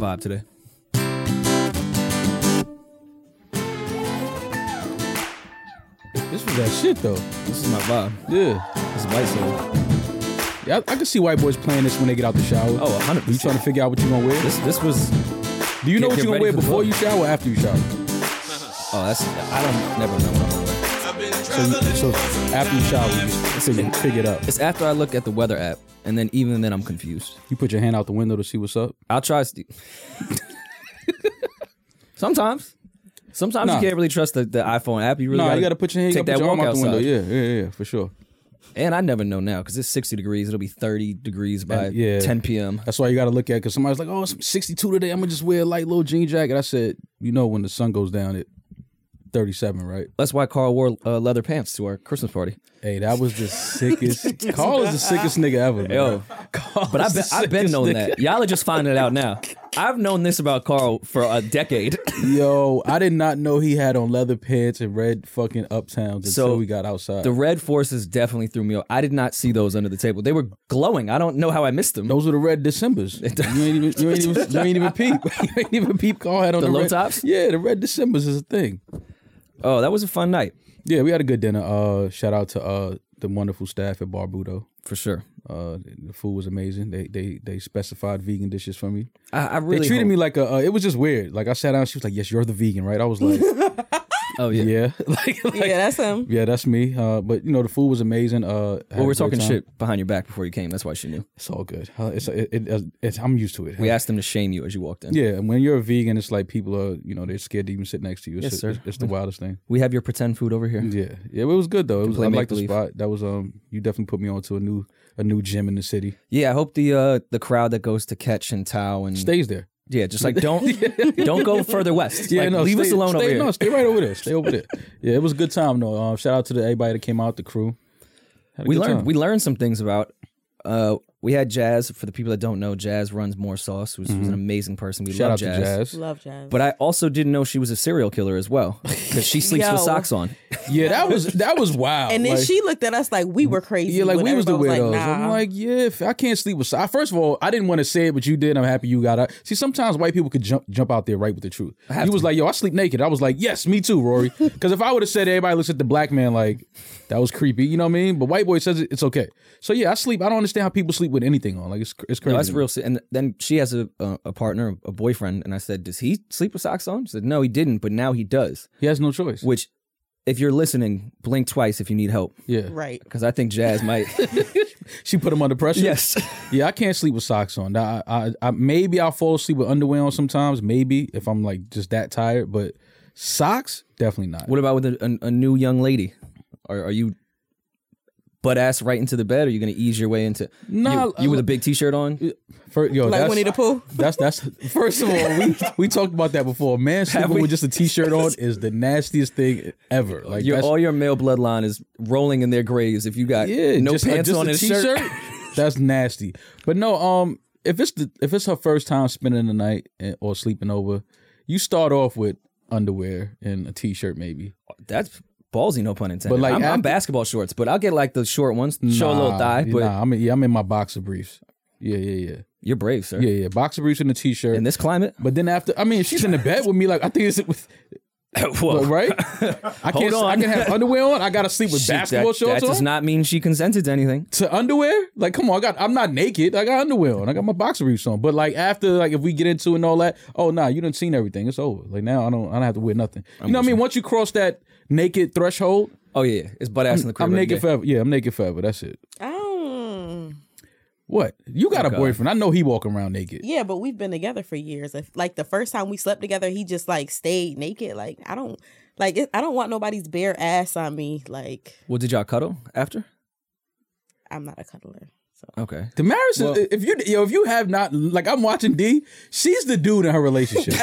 vibe today. This was that shit though. This is my vibe. Yeah. This is white soul. Yeah, I, I can see white boys playing this when they get out the shower. Oh, 100%. You trying to figure out what you gonna wear? This this was. Do you know get- what get you gonna ready wear for the before vote. you shower or after you shower? Oh, that's I don't never know. What I'm gonna wear. So, you- so after you shower, you just figure, figure it out. It's after I look at the weather app, and then even then I'm confused. You put your hand out the window to see what's up. I'll try. St- sometimes, sometimes Nah. you can't really trust the, the iPhone app. You really No, gotta you gotta put your hand take you gotta that put your arm walk out the window. outside. Yeah, yeah, yeah, for sure. And I never know now because it's 60 degrees. It'll be 30 degrees by And- yeah. 10 p.m. That's why you gotta look at because somebody's like, oh, it's 62 today. I'm gonna just wear a light little jean jacket. I said, you know, when the sun goes down at 37, right? That's why Carl wore uh, leather pants to our Christmas party. Hey, that was the sickest. Carl is the sickest nigga ever. Man. Yo, Carl But I've is been, the I've been sickest known nigga. that. Y'all are just finding it out now. I've known this about Carl for a decade. Yo, I did not know he had on leather pants and red fucking uptowns until So, we got outside. the red forces definitely threw me off. I did not see those under the table. They were glowing. I don't know how I missed them. Those were the red Decembers. You ain't even, you ain't even, you ain't even peep. You ain't even peep. Carl had on the, The low red- tops? Yeah, the red Decembers is a thing. Oh, that was a fun night Yeah, we had a good dinner. Uh, shout out to uh the wonderful staff at Barbudo. for sure. Uh, the food was amazing. They they they specified vegan dishes for me. I, I really they treated hope- me like a. Uh, it was just weird. Like I sat down, she was like, "Yes, you're the vegan, right?" I was like, Oh yeah. "Yeah, like, like- yeah, that's him. yeah, that's me." Uh, but you know, the food was amazing. Uh, had a Well, we're great talking time. shit behind your back before you came. That's why she knew. It's all good. Uh, It's it, it, it's I'm used to it. We asked them to shame you as you walked in. Yeah, and when you're a vegan, it's like people are, you know, they're scared to even sit next to you. It's, Yes, sir. it's, it's the wildest thing. We have your pretend food over here. Yeah, yeah, it was good though. It was, I play like the make-believe. spot. That was um, you definitely put me onto a new a new gym in the city. Yeah, I hope the uh, the crowd that goes to Ketch and Tao and Stays there. yeah, just like don't don't go further west. Yeah, Like, no, leave stay, us alone stay, over here. No, stay right over there. Stay over there. Yeah, it was a good time though. Um, shout out to the, everybody that came out, the crew. Had a we good learned time. we learned some things about uh we had jazz for the people that don't know jazz runs more sauce who's, who's an amazing person we Mm-hmm. shout love out jazz. to Jazz. Love jazz. but i also didn't know she was a serial killer as well because she sleeps with Yo. socks on Yeah, that was that was wild. and then Like- she looked at us like we were crazy. Yeah, like when we was the everybody weirdos. Like, nah. I'm like, yeah, if I can't sleep with. So- First of all, I didn't want to say it, but you did. I'm happy you got out. See, sometimes white people could jump jump out there right with the truth. He was like, yo, I sleep naked. I was like, yes, me too, Rory. Because if I would have said everybody looks at the black man like that was creepy, you know what I mean? But white boy says it, it's okay. So yeah, I sleep. I don't understand how people sleep with anything on. Like it's cr- it's crazy. no, that's to me. real se- and then she has a, a, a partner a boyfriend and i said does he sleep with socks on she said no he didn't but now he does He has no choice. which if you're listening blink twice if you need help Yeah, right. because i think jazz might she put him under pressure. yes Yeah, I can't sleep with socks on. I, I, I maybe I'll fall asleep with underwear on sometimes. Maybe if I'm like just that tired, but socks definitely not. what about with a, a, a new young lady are, are you butt ass right into the bed or are you gonna ease your way into Nah, you, you with a big t-shirt on First, yo, Like that's, Winnie the Pooh. That's that's first of all, we we talked about that before. A man sleeping we? with just a t-shirt on is the nastiest thing ever. Like Your, that's, all your male bloodline is rolling in their graves if you got yeah, no just, pants just on a and a t-shirt. shirt. that's nasty. But no, um, if it's the if it's her first time spending the night and- or sleeping over, you start off with underwear and a t-shirt maybe. Oh, That's ballsy, no pun intended. But, like, I'm, I'm after- basketball shorts, but I'll get like the short ones, show a little Nah, thigh. But nah, I'm in, yeah, I'm in my boxer briefs. Yeah, yeah, yeah, you're brave, sir. yeah, yeah. Boxer briefs and a t-shirt. In this climate, but then after, I mean, if she's in the bed with me, like I think it's with whoa. right? I can't. I on. can have underwear on. I gotta sleep with She- basketball that, shorts that does on. not mean she consented to anything. to underwear? Like, come on. I got. I'm not naked. I got underwear on. I got my boxer briefs on. But like after, like if we get into it and all that, oh nah, you done seen everything. It's over. Like now, I don't. I don't have to wear nothing. you know what I mean? Once you cross that naked threshold, Oh yeah, yeah. it's butt ass in the crib. I'm every naked day. forever. Yeah, I'm naked forever. That's it. Oh. What? You got a God. boyfriend? I know he walking around naked. Yeah, but we've been together for years. If, like the first time we slept together, he just like stayed naked. Like I don't like it, I don't want nobody's bare ass on me. Like Well, did y'all cuddle after? I'm not a cuddler. So Okay. Damaris, is Well- if you yo, if you have not like I'm watching D, she's the dude in her relationship.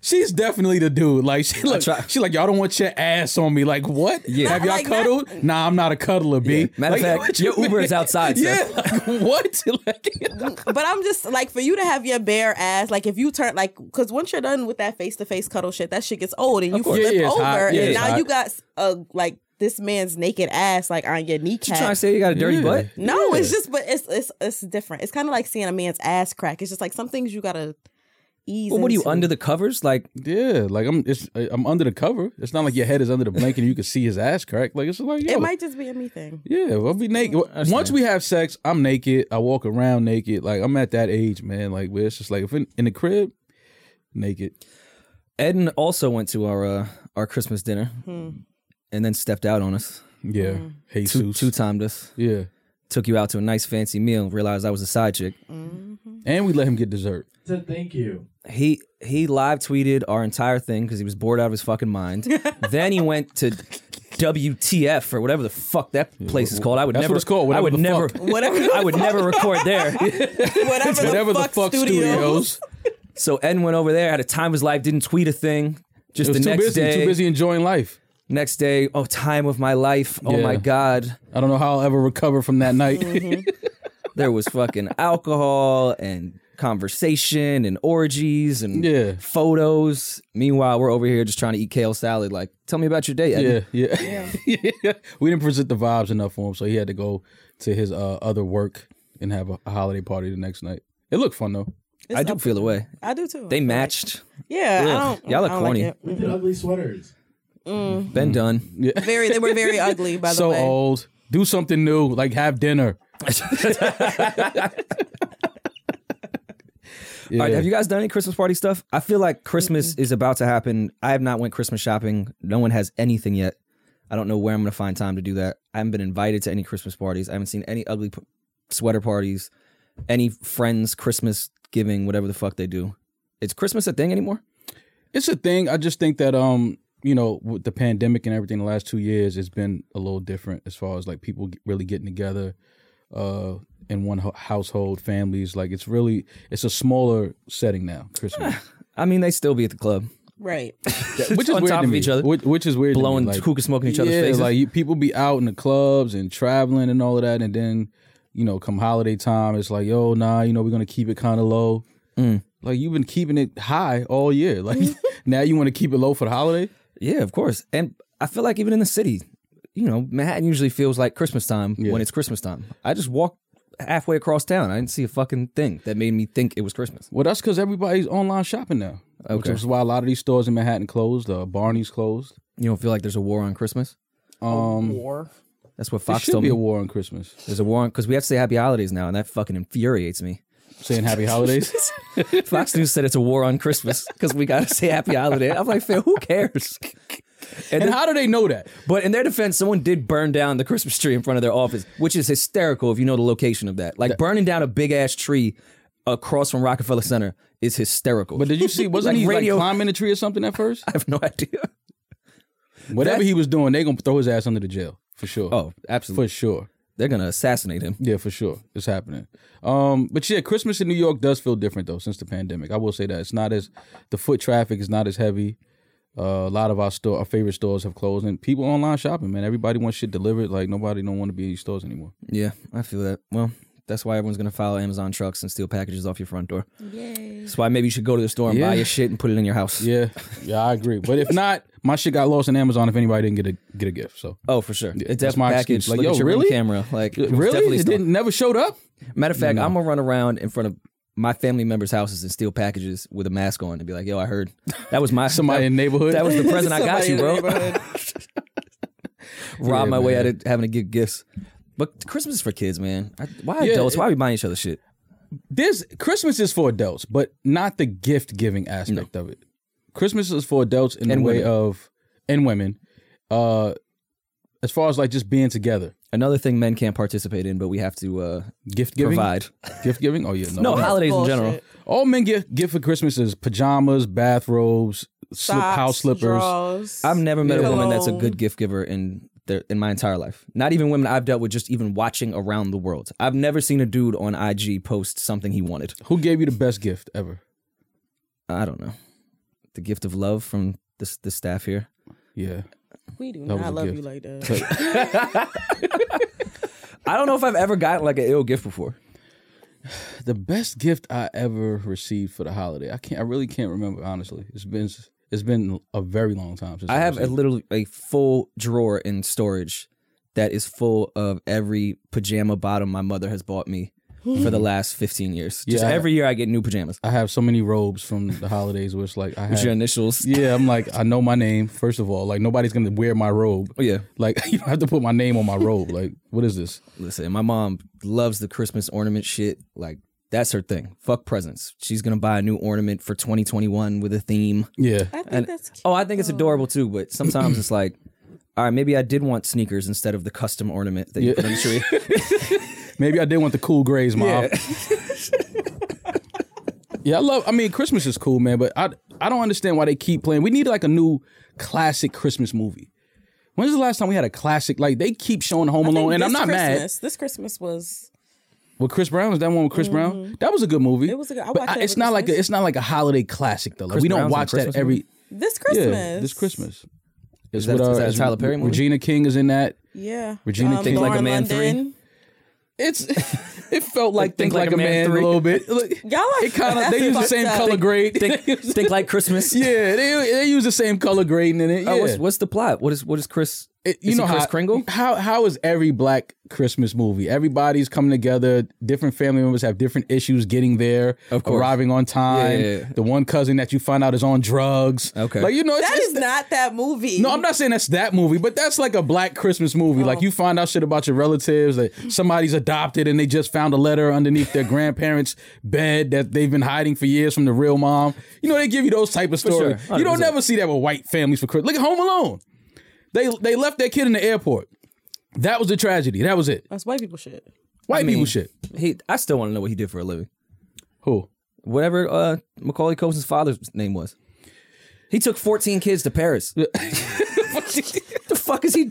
she's definitely the dude. Like she like try- she like y'all don't want your ass on me. Like what? Yeah. Have y'all Like, not- cuddled? nah, I'm not a cuddler, B. Matter of Like, fact, what your you Uber mean? is outside, sir. Yeah, like, what? Like, but I'm just like for you to have your bare ass, like if you turn like because once you're done with that face to face cuddle shit, that shit gets old and you course. flip Yeah, yeah, it's over hot. Yeah, and it's now hot. you got uh like this man's naked ass like on your You kneecap. trying to say you got a dirty Yeah. butt? no, it's just but it's it's it's different. It's kind of like seeing a man's ass crack. It's just like some things you gotta ease. Well, what are you into. under the covers? Like, Yeah, like I'm it's I'm under the cover. It's not like your head is under the blanket and you can see his ass crack. Like it's just like yo, It might just be a me thing. Yeah, we'll be naked. Once we have sex, I'm naked. I walk around naked. Like I'm at that age, man. Like where it's just like if in, in the crib, naked. Eden also went to our uh, our Christmas dinner Hmm. and then stepped out on us. Yeah, Jesus. Two two timed us. yeah, Took you out to a nice fancy meal. Realized I was a side chick. and we let him get dessert. said thank you. He he live tweeted our entire thing because he was bored out of his fucking mind. then he went to WTF or whatever the fuck that place is called. I would That's never. what it's called, I whatever would the never. fuck. Whatever. I would never record there. Whatever, Whatever the fuck studios. So Eden went over there. Had a time of his life. Didn't tweet a thing. It Just was the too next busy. day. Too busy enjoying life. Next day. Oh, time of my life. Oh Yeah. my god. I don't know how I'll ever recover from that night. There was fucking alcohol and conversation and orgies and Yeah. photos. Meanwhile, we're over here just trying to eat kale salad. Like, tell me about your day. Eddie. yeah, yeah. we didn't present the vibes enough for him, so he had to go to his uh, other work and have a, a holiday party the next night. It looked fun though. I do feel the way. I do too. They matched. Yeah, I Ugh, don't. y'all are I don't like corny. it. Mm-hmm. We did ugly sweaters. Ben Mm. Dunn. Very, they were very ugly. By the so way, uh, old. Do something new, like have dinner. All right, have you guys done any Christmas party stuff? I feel like Christmas is about to happen. I have not went Christmas shopping. No one has anything yet. I don't know where I'm going to find time to do that. I haven't been invited to any Christmas parties. I haven't seen any ugly p- sweater parties, any friends Christmas giving, whatever the fuck they do. Is Christmas a thing anymore? It's a thing. I just think that um, you know, with the pandemic and everything, the last two years, it's been a little different as far as like people get- really getting together, uh, in one ho- household, families. Like it's really, it's a smaller setting now. Christmas, I mean, they still be at the club, right? which is on weird top to of me. each other, Which, which is weird. to me. blowing Like, hookah smoke in each other's yeah, faces. like you, people be out in the clubs and traveling and all of that, and then you know, come holiday time, it's like, yo, nah, you know, we're gonna keep it kind of low. Mm. Like you've been keeping it high all year. Like Mm-hmm. now you want to keep it low for the holiday. Yeah, of course. And I feel like even in the city, you know, Manhattan usually feels like Christmas time when it's Christmas time. I just walked halfway across town. I didn't see a fucking thing that made me think it was Christmas. Well, that's because everybody's online shopping now, which Okay. is why a lot of these stores in Manhattan closed. Uh, Barney's closed. You don't feel like there's a war on Christmas? Um, War. That's what there Fox should told be me. a war on Christmas. there's a war on because we have to say happy holidays now, and that fucking infuriates me. Saying Happy Holidays. Fox News said it's a war on Christmas because we gotta say happy holiday. I'm like, Phil, who cares? and how do they know that? But in their defense, someone did burn down the Christmas tree in front of their office, which is hysterical if you know the location of that. Like burning down a big ass tree across from Rockefeller Center is hysterical. But did you see? Wasn't Like he radio- like climbing the tree or something at first? I have no idea. Whatever he was doing, they gonna throw his ass under the jail for sure. Oh, absolutely. for sure. They're gonna assassinate him. Yeah, for sure. It's happening. Um, but yeah, Christmas in New York does feel different though since the pandemic. I will say that. It's not as the foot traffic is not as heavy. Uh, a lot of our store our favorite stores have closed and people online shopping, man. Everybody wants shit delivered. Like nobody don't want to be in these stores anymore. Yeah, I feel that. Well, that's why everyone's gonna file Amazon trucks and steal packages off your front door. Yay. That's why maybe you should go to the store and buy Yeah. your shit and put it in your house. Yeah. Yeah, I agree. But if not, my shit got lost in Amazon if anybody didn't get a get a gift. So Oh, for sure. It's that's definitely my package. excuse. Like, Look yo, at your ring really? camera. Like, it was really? definitely It stolen. didn't never showed up? Matter of fact, I'm gonna run around in front of my family members' houses and steal packages with a mask on and be like, "Yo, I heard that was my Somebody that, in the neighborhood. that was the present I got Somebody you, in the bro." neighborhood. Rob Yeah, my way out man. of having to give gifts. But Christmas is for kids, man. I, why Yeah, adults? it- why we buying each other shit? this Christmas is for adults, but not the gift giving aspect of it. Christmas is for adults in And the way women. of and women, uh, as far as like just being together, Another thing men can't participate in, but we have to uh, gift giving, provide. gift giving. Oh yeah, no, No, holidays Bullshit. in general. all men get gift for Christmas is pajamas, bathrobes, slip, Socks, house slippers. drawers. I've never met a Yeah. woman that's a Cologne. good gift giver in their in my entire life. Not even women I've dealt with, just even watching around the world. I've never seen a dude on IG post something he wanted. Who gave you the best gift ever? I don't know. The gift of love from this the staff here. Yeah, We do That was a not love gift. you like that. I don't know if I've ever gotten like an ill gift before. the best gift I ever received for the holiday. I can't. I really can't remember honestly. It's been it's been a very long time since I have a received- literally a full drawer in storage that is full of every pajama bottom my mother has bought me for the last 15 years. Just Yeah. every year I get new pajamas. I have so many robes from the holidays, which like I With your have. initials. Yeah, I'm like I know my name first of all. Like nobody's gonna wear my robe. Oh, yeah. Like you don't have to put my name on my robe. Like what is this? Listen, my mom loves the Christmas ornament shit. Like, that's her thing. Fuck presents. She's going to buy a new ornament for 2021 with a theme. Yeah, I think And- that's cute. Oh, I think it's though. adorable too, but sometimes it's like, all right, maybe I did want sneakers instead of the custom ornament that you Yeah. put on the tree. maybe I did want the cool grays, mom. Yeah. Yeah, I love. I mean, Christmas is cool, man. But I I don't understand why they keep playing. We need like a new classic Christmas movie. When's the last time we had a classic? Like they keep showing Home I think Alone, and this I'm not mad. Christmas, This Christmas was With Chris Brown was that one with Chris Brown? That was a good movie. Mm-hmm. It was a good- I but watched it it's every not like a, Christmas. it's not like a holiday classic though. Like, Chris we don't Brown's in a watch that Christmas every. movie? this Christmas. Yeah, this Christmas. It's that- with, uh, is that a it's- Tyler Perry movie? Regina King is in that. Yeah. Um, Regina King, Like a Lauren Man three? London. It's it felt like Think think like, Like a a man, Man a little bit. Y'all are it kind of they use the fucked same up. color grade. Think like Christmas. yeah, they they use the same color grading in it. Yeah. Oh, what's, what's the plot? What is what is Chris? It- you is know he Chris how, Kringle? How how is every black Christmas movie? Everybody's coming together. Different family members have different issues getting there, Of course. arriving on time. Yeah, yeah, yeah. The one cousin that you find out is on drugs. Okay. like you know, it's, That it's is not that movie. No, I'm not saying that's that movie, but that's like a black Christmas movie. Oh. Like you find out shit about your relatives, that somebody's adopted and they just found a letter underneath their grandparents' bed that they've been hiding for years from the real mom. You know, they give you those type of stories. sure. You don't 100%. never see that with white families for Christmas. Look at Home Alone. They they left their kid in the airport. That was the tragedy. That was it. That's white people shit. White people mean- shit. He, I still want to know what he did for a living. Who? Whatever uh, Macaulay Culkin's father's name was, he took 14 kids to Paris. the fuck is he?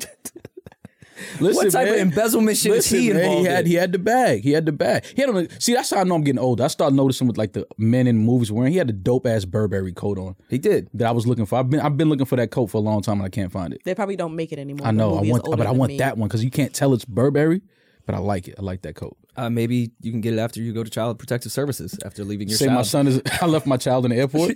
Listen, What type of man. embezzlement shit Listen, is he man, involved he had in? he had the bag. He had the bag. He had on. a- See, that's how I know I'm getting older. I started noticing with like the men in movies wearing. He had the dope ass Burberry coat on He did. that I was looking for. I've been I've been looking for that coat for a long time and I can't find it. They probably don't make it anymore. I The know I movie is want, older but I than want me. that one because you can't tell it's Burberry. But I like it. I like that coat. Uh, maybe you can get it after you go to Child Protective Services after leaving your Say child. my son is. I left my child in the airport.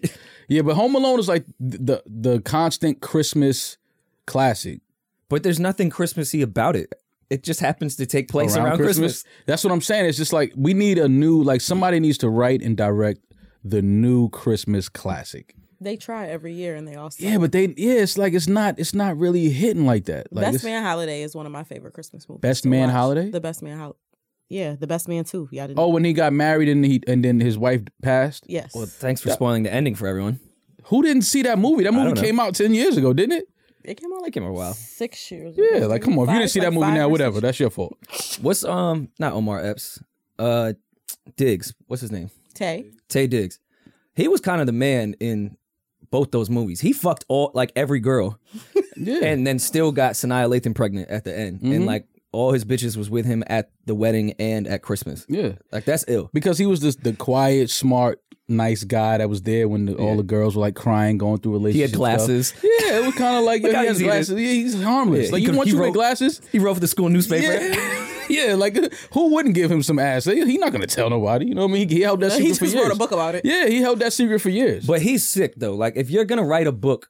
yeah, but Home Alone is like the the constant Christmas classic. But there's nothing Christmassy about it. It just happens to take place around, Christmas. That's what I'm saying. It's just like we need a new like somebody needs to write and direct the new Christmas classic. They try every year and they all. suck. Yeah, but they yeah, it's like it's not it's not really hitting like that. Like Best it's- Man Holiday is one of my favorite Christmas movies. Best to Man watch. Holiday? The Best Man Holiday. Yeah, The Best Man too. Y'all didn't. Oh, when he got married and he and then his wife passed. yes. Well, thanks for spoiling the ending for everyone. Who didn't see that movie? That don't movie know. came out ten years ago, didn't it? it came out like Give him a while. six years. Yeah, ago. like come on. If you Five- didn't see like that movie five now, or whatever, six- that's your fault. What's um not Omar Epps, uh Diggs. What's his name? Tay. Tay Diggs. He was kind of the man in both those movies. He fucked all like every girl, Yeah. Mm-hmm. and then still got Sanaa Lathan pregnant at the end, and like all his bitches was with him at the wedding and at Christmas. yeah. Like that's ill. Because he was just the quiet, smart, nice guy that was there when the, all the girls were like crying, going through He relationships. had glasses. Yeah, it was kind of like yo, how he has easy it is. glasses. Yeah, he's harmless. Yeah, like he you could- want he you with wrote- glasses? He wrote for the school newspaper. Yeah. yeah, like who wouldn't give him some ass? He's not gonna tell nobody. You know what I mean? He held that No, secret he for just years. wrote a book about it. Yeah, he held that secret for years. But he's sick though. Like if you're gonna write a book,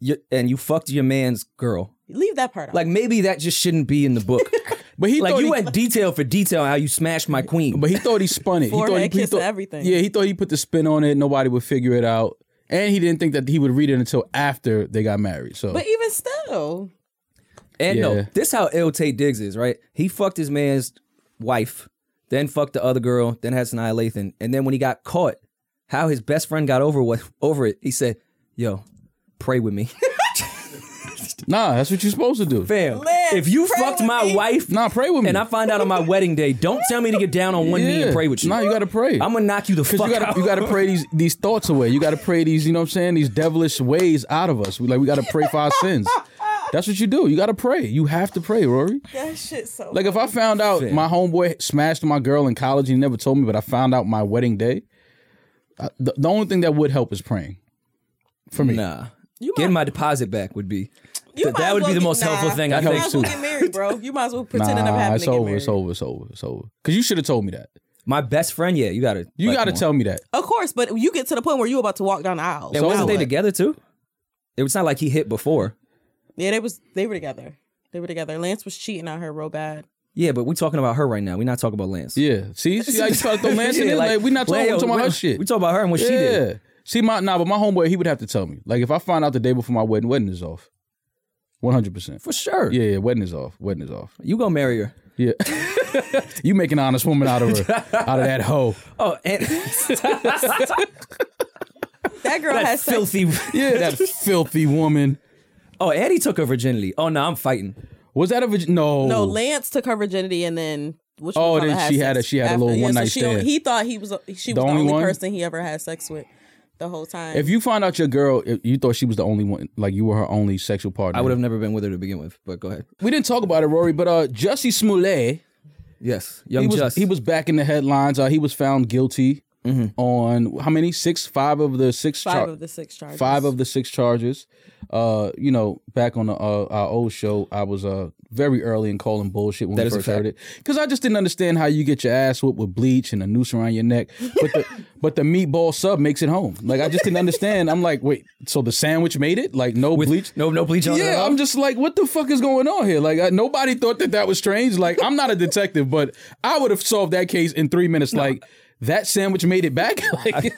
you and you fucked your man's girl. Leave that part out. Like maybe that just shouldn't be in the book. but he like thought you he, went detail for detail how you smashed my queen. but he thought he spun it. he thought he, Forehead he kiss thought and everything. Yeah, he thought he put the spin on it. Nobody would figure it out, and he didn't think that he would read it until after they got married. So But even still, And no, Yeah. this how ill Tate Diggs is, right? He fucked his man's wife, then fucked the other girl, then had Sanaa Lathan, and then when he got caught, how his best friend got over what over it, he said, "Yo, pray with me, nah, that's what you're supposed to do. fam. Liv, if you pray fucked with my me." wife Nah, pray with me. and I find out on my wedding day, don't tell me to get down on one knee and Yeah. pray with you. Nah, you gotta pray. I'm gonna knock you the fuck Cause you out. gotta you gotta pray these these thoughts away. You gotta pray these you know what I'm saying these devilish ways out of us. We like we gotta pray for our sins. That's what you do. You gotta pray. You have to pray, Rory. that shit so. Like if I found out my homeboy smashed my girl in college and he never told me, but I found out my wedding day. I, the, the only thing that would help is praying. For me, Nah. You Getting might- my deposit back would be. You Th- might that as would be well the get- most helpful nah, thing You I That think. might helps as well too. get married, bro. You might as well pretend it never nah, happened. Ah, it's to get over, married. it's over, it's over, it's over. Because you should have told me that. My best friend, yeah, you gotta. You like, got to come on. tell me that. Of course, but you get to the point where you about to walk down the aisle. And wasn't now they what? together too? It was not like he hit before. Yeah, they was they were together. They were together. Lance was cheating on her real bad. Yeah, but we're talking about her right now. We're not talking about Lance. Yeah. See, see how you try to throw Lance in Yeah, there? Like, we not talking, we Leo, talking about we- her shit. We talking about her and what she did. Yeah. See, my nah, but my homeboy, he would have to tell me. Like, if I find out the day before my wedding, wedding is off. One hundred percent. For sure. Yeah, yeah, wedding is off. Wedding is off. You gonna marry her. Yeah, you make an honest woman out of her, out of that hoe. Oh, and That girl that has sex. filthy. Yeah, that filthy woman. Oh, Eddie took her virginity. Oh no, I'm fighting. Was that a virgin? No, No, Lance took her virginity and then. Which Oh, one then had she sex had a- she had a after. little Yeah, so one-night she only- stand. He thought he was she was the only only, one? person he ever had sex with the whole time. If you find out your girl, if you thought she was the only one, like you were her only sexual partner. I would have never been with her to begin with. But go ahead. We didn't talk about it, Rory, but uh, Jussie Smollett, Yes, young he was Just. he was back in the headlines. Uh, he was found guilty on how many? Six, five of the six five char- of the six charges. five of the six charges. Uh, you know, back on the, uh, our old show, I was uh very early in calling bullshit when That we is a first fact. heard it because I just didn't understand how you get your ass whipped with bleach and a noose around your neck, but the but the meatball sub makes it home. Like I just didn't understand. I'm like, wait, so the sandwich made it? Like no with bleach? No, no bleach on her. at Yeah, all? I'm just like, what the fuck is going on here? Like, I, nobody thought that that was strange. Like, I'm not a detective, but I would have solved that case in three minutes. Like, that sandwich made it back. Like,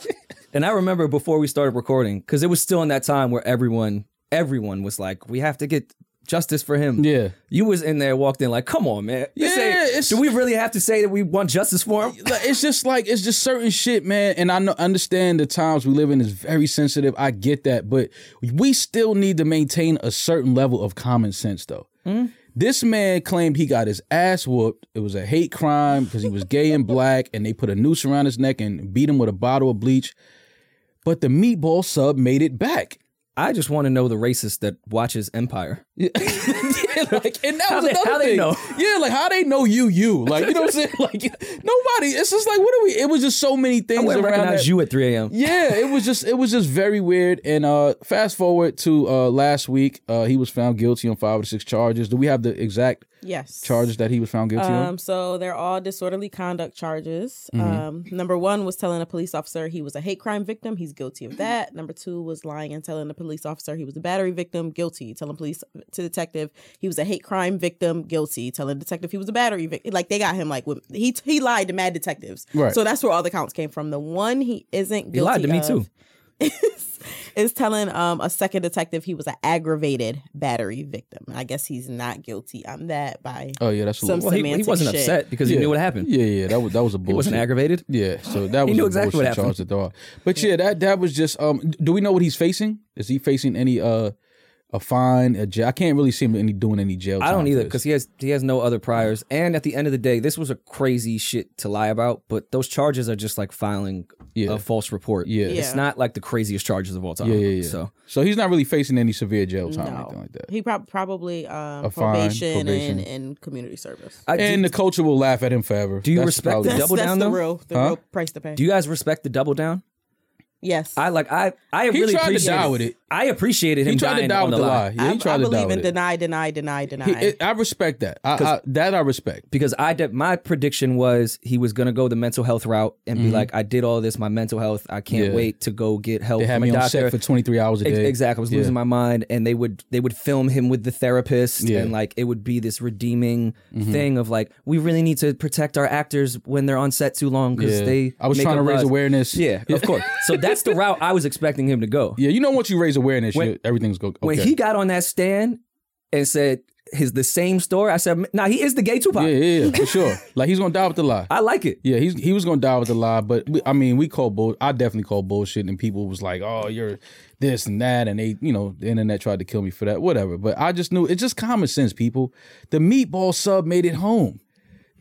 And I remember before we started recording, because it was still in that time where everyone, everyone was like, "We have to get justice for him." Yeah. you was in there, walked in like, "Come on, man." This Yeah, ain't- it's- do we really have to say that we want justice for him? like, it's just like it's just certain shit, man. And I know, understand the times we live in is very sensitive. I get that, but we still need to maintain a certain level of common sense, though. Hmm? This man claimed he got his ass whooped. It was a hate crime because he was gay and black, and they put a noose around his neck and beat him with a bottle of bleach. But the meatball sub made it back. I just want to know the racist that watches Empire. Yeah, like, and that How was they- another how they thing. know? Yeah, like how they know you, you. Like you know what I'm saying? Like nobody. It's just like what are we? It was just so many I things wouldn't around recognize that. you at 3 a.m. Yeah, it was just it was just very weird. And uh fast forward to uh last week, uh he was found guilty on five or six charges. Do we have the exact yes charges that he was found guilty on? Um, so they're all disorderly conduct charges. Mm-hmm. Um, number one was telling a police officer he was a hate crime victim. He's guilty of that. Number two was lying and telling a police officer he was a battery victim. Guilty. Telling police to detective he was a hate crime victim. Guilty. Telling detective he was a battery victim. Like they got him. Like with, he he lied to mad detectives. Right. So that's where all the counts came from. The one he isn't guilty. He lied to me of too. Is, is telling um a second detective he was an aggravated battery victim. I guess he's not guilty on that by Oh yeah, that's a Some little- Well, he, he semantic wasn't shit. upset because yeah. he knew what happened. Yeah, yeah, that was that was a bullshit. He wasn't aggravated. Yeah, so that was knew a exactly what bullshit happened. charge that they are. But yeah, that that was just um do we know what he's facing? Is he facing any uh a fine, a jail? I can't really see him any doing any jail I time don't for either this. because he has he has no other priors. And at the end of the day, this was a crazy shit to lie about. But those charges are just like filing Yeah. a false report. Yeah. it's Yeah. not like the craziest charges of all time. yeah, yeah, yeah. So so he's not really facing any severe jail time or anything like that. He prob- probably um, A fine, probation, probation. and, and community service. I, And do, the culture will laugh at him forever. Do you That's respect probably- that? That's, double that's down, the though? real the Huh? real price to pay. do you guys respect the double down? yes, I like I I He really tried to appreciated die with it. I appreciated him He tried dying to die on with the the lie. lie. Yeah, he I- tried I to die believe with in it. deny, deny, deny, deny. He- it- I respect that. I, I, that I respect. because I did, my prediction was he was gonna go the mental health route and be like, I did all this, my mental health. I can't Mm-hmm. Yeah. wait to go get help They had Oh, from me a on doctor. set for 23 hours a Ex- day. Exactly. I was losing my mind. And they would they would film him with the therapist Yeah. Mm-hmm. and like it would be this redeeming thing of like, we really need to protect our actors when they're on set too long because Yeah. they I was make trying to up raise lies. awareness. Yeah, of course. So that's the route I was expecting him to go. Yeah, you know, once you raise awareness, you, everything's go. Okay. When he got on that stand and said his the same story, I said, nah, he is the gay Tupac. yeah, yeah, yeah, for sure. Like he's gonna die with the lie. I like it. Yeah, he's he was gonna die with the lie, but we, I mean, we call bull. I definitely call bullshit, and people was like, "Oh, you're this and that," and they, you know, the internet tried to kill me for that, whatever. But I just knew it's just common sense, people. The meatball sub made it home.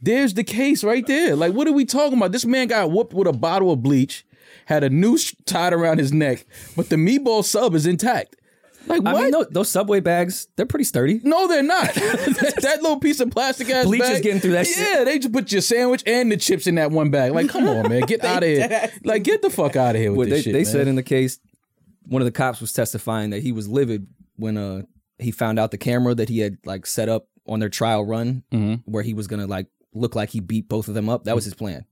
There's the case right there. Like, what are we talking about? This man got whooped with a bottle of bleach, had a noose tied around his neck, but the meatball sub is intact. Like what? I mean, no, those subway bags, they're pretty sturdy. No, they're not. that, that little piece of plastic ass Bleach is bag, getting through that shit. Yeah, they just put your sandwich and the chips in that one bag. Like, come on, man, get out of here. Like, get the fuck out of here with But this they, shit. they man. said in the case, one of the cops was testifying that he was livid when uh he found out the camera that he had like set up on their trial run, Mm-hmm. where he was gonna like look like he beat both of them up. That was his plan.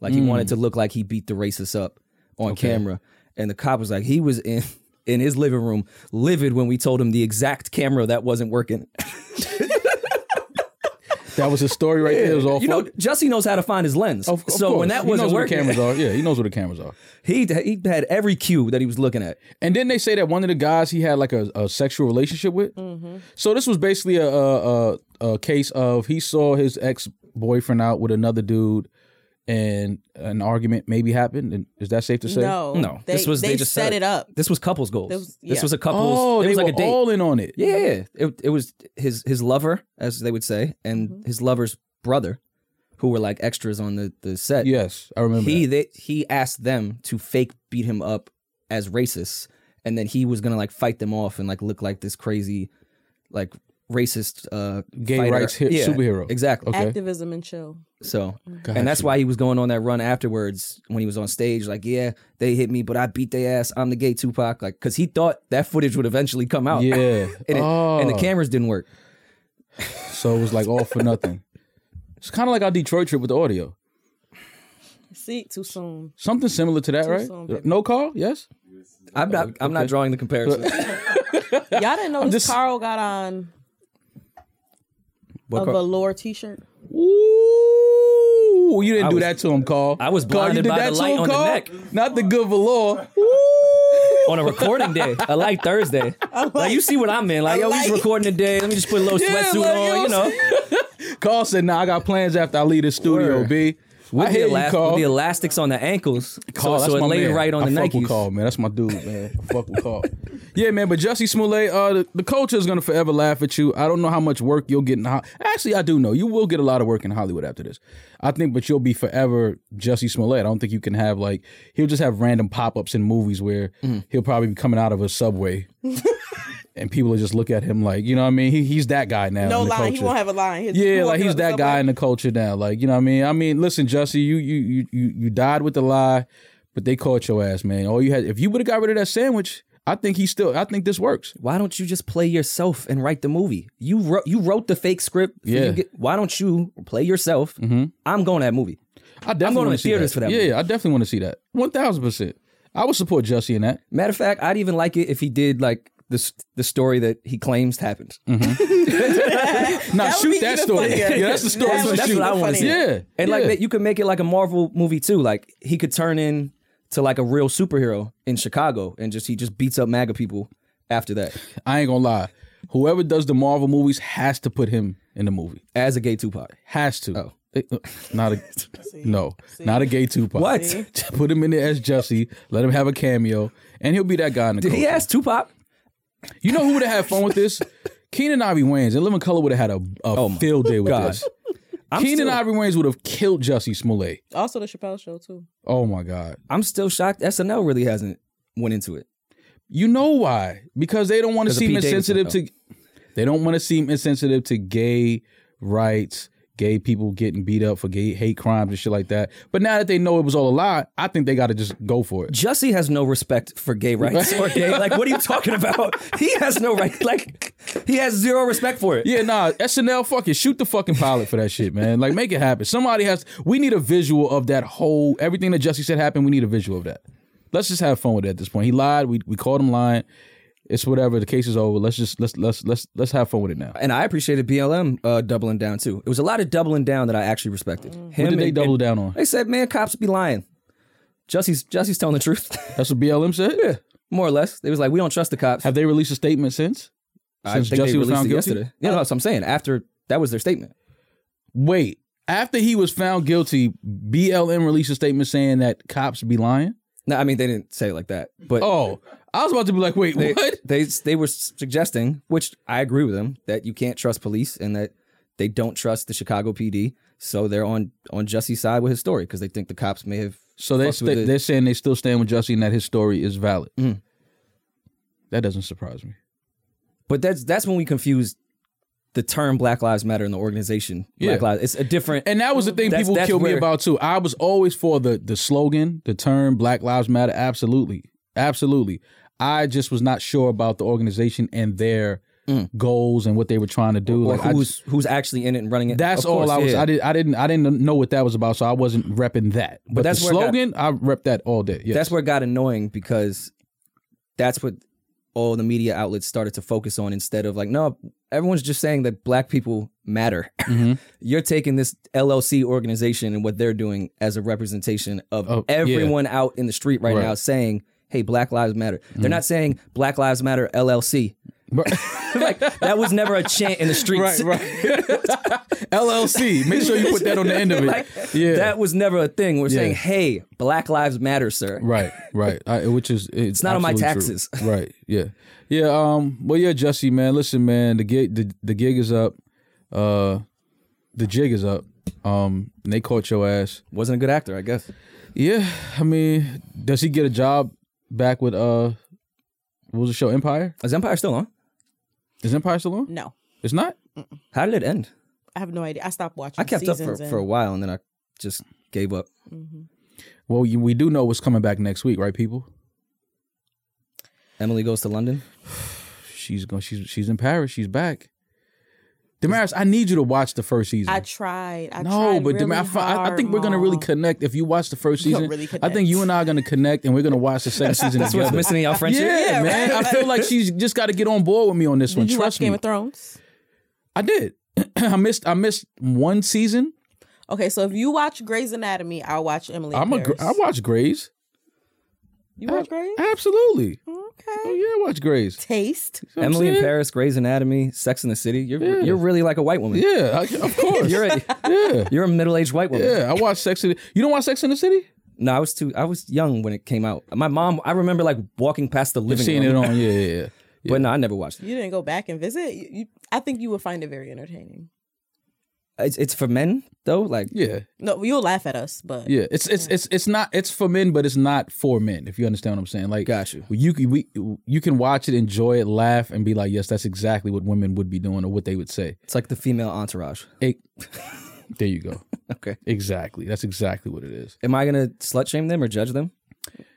Like he Mm. wanted to look like he beat the racists up on camera, and the cop was like, he was in. In his living room, livid when we told him the exact camera that wasn't working. That was his story right there. It was all You know, fucked. Jesse knows how to find his lens. Of- of so when course. that he wasn't knows working, where the cameras are. Yeah, he knows where the cameras are. he he had every cue that he was looking at. And then they say that one of the guys he had like a, a sexual relationship with. Mm-hmm. So this was basically a, a, a a case of he saw his ex boyfriend out with another dude, and an argument maybe happened. And is that safe to say? No, No, They, this was- they, they just set, said it it. up. This was couples goals. That was- yeah. This was a couples. Oh, it was they like were a date. all in on it. yeah, yeah. It, it was his his lover, as they would say, and Mm-hmm. his lover's brother, who were like extras on the the set. Yes, I remember. he that. they, he asked them to fake beat him up as racists, and then he was gonna like fight them off and like look like this crazy, like racist uh Gay fighter. rights hi- Yeah, superhero. exactly. Okay. Activism and chill. So Got and that's you. why he was going on that run afterwards when he was on stage. Like, yeah, they hit me, but I beat their ass. I'm the gay Tupac. Like, because he thought that footage would eventually come out. Yeah. and, it- and the Oh. cameras didn't work. So it was like all for nothing. It's kind of like our Detroit trip with the audio. See, too soon. Something similar to that, Too right? soon, baby. no call? Yes. I'm Oh, not. I'm not drawing the comparison. Y'all didn't notice just- Carl got on What a car- velour T-shirt. Ooh, you didn't I do was- that to him, Carl. I was Carl, you blinded did by that the to light him, on the Carl? neck. Not the good velour. Ooh. on a recording day, a light Thursday. Like you see what I'm in. Like yo, we just light. recording today. Let me just put a little Yeah, sweatsuit like, on. yo, You know, Carl said, "Nah, I got plans after I leave the studio, Word. B." with, I the hear you, elas- Carl. with the elastics on the ankles. Carl, so that's so it my laid man. right on I the fuck with Nikes. Carl, man. That's my dude, man. I fuck with Carl. Yeah, man. But Jesse Smollett, uh, the, the culture is gonna forever laugh at you. I don't know how much work you'll get in. Ho- Actually, I do know you will get a lot of work in Hollywood after this. I think, but you'll be forever Jesse Smollett. I don't think you can have like he'll just have random pop ups in movies where he'll probably be coming out of a subway. And people will just look at him like, you know what I mean? He, he's that guy now. No in the line. He culture. won't have a line. His- he Yeah, won't like get he's up the that subway. guy in the culture now. Like, you know what I mean? I mean, listen, Jussie, you you you you you died with the lie, but they caught your ass, man. All you had if you would have got rid of that sandwich, I think he still I think this works. Why don't you just play yourself and write the movie? You wrote you wrote the fake script. for Yeah. Mm-hmm. You get, why don't you play yourself? I'm going to that movie. I definitely going to wanna the see theaters that. for that Yeah, movie. yeah, I definitely want to see that. One thousand percent. I would support Jussie in that. Matter of fact, I'd even like it if he did like this the story that he claims happened. Mm. Nah, That would shoot be that even story. funnier. Yeah, that's the story. That's to what- that's shoot. what I wanna see. Yeah, And like yeah. that, you could make it like a Marvel movie too. Like he could turn in to like a real superhero in Chicago, and just he just beats up MAGA people after that I ain't gonna lie. Whoever does the Marvel movies has to put him in the movie. as a gay Tupac. Has to. Oh. They- uh, Not a no, not a gay Tupac. What? See? Put him in there as Jussie. Let him have a cameo, and he'll be that guy in the Did he culture. ask Tupac? You know who would have had fun with this? Keenan Ivory Wayans and Living Color would have had a, a Oh my field day with God. this. I'm Keenan still, Ivory Wayans would have killed Jussie Smollett. Also, the Chappelle Show too. Oh my God! I'm still shocked. SNL really hasn't went into it. You know why? Because they don't want to 'Cause of seem Pete Davidson, insensitive to. They don't want to seem insensitive to gay rights, gay people getting beat up for gay hate crimes and shit like that. But now that they know it was all a lie, I think they got to just go for it. Jussie has no respect for gay rights or gay. Like, what are you talking about? He has no right. Like, he has zero respect for it. Yeah, nah, SNL, fuck it. Shoot the fucking pilot for that shit, man. Like, make it happen. Somebody has, we need a visual of that whole, everything that Jesse said happened, we need a visual of that. Let's just have fun with it at this point. He lied. We, we called him lying. It's whatever. The case is over. Let's just, let's, let's, let's, let's have fun with it now. And I appreciated BLM uh, doubling down too. It was a lot of doubling down that I actually respected. Him Mm. What did they and- double and- down on? They said, "Man, cops be lying." Jussie's Jussie's telling the truth, That's what BLM said? Yeah. more or less. They was like, "We don't trust the cops." Have they released a statement since? I Since think Jussie they was released found it guilty? yesterday. Yeah, no, that's what I'm saying. After that was their statement. Wait. After he was found guilty, BLM released a statement saying that cops be lying? No, I mean they didn't say it like that, but Oh, I was about to be like, wait, they, what? they they were suggesting, which I agree with them, that you can't trust police and that they don't trust the Chicago PD. So they're on on Jussie's side with his story because they think the cops may have. So they fucked with sta- it. Mm. they're saying they still stand with Jussie and that his story is valid. That doesn't surprise me. But that's that's when we confuse the term Black Lives Matter and the organization. Black Yeah. Lives. It's a different. And that was the thing That's- people that's killed me where- about too. I was always for the the slogan, the term Black Lives Matter. Absolutely, absolutely. I just was not sure about the organization and their goals and what they were trying to do. Mm. or Like, I who's just- who's actually in it and running it? that's Of course, all I was. yeah. I did. I didn't. I didn't know what that was about, so I wasn't repping that. But, that's the where I got- slogan. I rep that all day. Yes. That's where it got annoying because that's what all the media outlets started to focus on instead of like, no, everyone's just saying that black people matter. Mhm. You're taking this LLC organization and what they're doing as a representation of Oh, yeah. everyone out in the street right, Right. Mm-hmm. now saying, hey, Black Lives Matter. They're not saying Black Lives Matter LLC. like That was never a chant in the streets. right, right. LLC. Make sure you put that on the end of it. Like, yeah. That was never a thing. We're Yeah. saying, hey, Black Lives Matter, sir. Right, right. I, which is it's, not on my absolutely taxes. true. Right. Yeah. Yeah. Um. Well, yeah, Jesse, man. Listen, man. The gig, the, the gig is up. Uh, the jig is up. Um, and they caught your ass. Wasn't a good actor, I guess. Yeah. I mean, does he get a job back with uh? What was the show Empire? Is Empire still on? Is Empire still on? No, It's not. How did it end? I have no idea. I stopped watching. I kept up for, seasons for a and- while and then I just gave up. Mhm. Well, you, we do know what's coming back next week, right, people? Emily goes to London. She's going. She's she's in Paris. She's back. Damaris, I need you to watch the first season. I tried. I no, tried but really Demi- I, fi- I- I hard, think we're gonna really Ma. connect if you watch the first We're gonna season. really I connect. think you and I are gonna connect, and we're gonna watch the second season That's what's together. missing in y'all Yeah, friendship. man. I feel like she's just got to get on board with me on this one. Did you watch Trust me, Game of Thrones? I did. I missed. I missed one season. Okay, so if you watch Grey's Anatomy, I'll watch Emily. in I'm a. Gr- Paris. I watch Grays. You watch Grey's? Absolutely. Hmm. Oh Okay. yeah, I watch Grays. Taste. You know what I'm Emily in saying? Paris, Grey's Anatomy, Sex in the City. You're Yeah. you're really like a white woman. Yeah, I, of course. You're a yeah, you're a middle aged white woman. yeah. I watch Sex in. The- you don't watch Sex in the City? No, I was too I was young when it came out. My mom, I remember like walking past the living Seeing room. it on. Yeah, yeah, yeah. But no, I never watched it. You didn't go back and visit. You, you, I think you would find it very entertaining. It's, it's for men though. Like Yeah, No, you'll laugh at us, but yeah. It's it's it's it's not it's for men, but it's not for men. If you understand what I'm saying, like got you. you can we you can watch it, enjoy it, laugh, and be like, yes, that's exactly what women would be doing or what they would say. It's like the female entourage. It, there you go. Okay. Exactly. That's exactly what it is. Am I gonna slut shame them or judge them?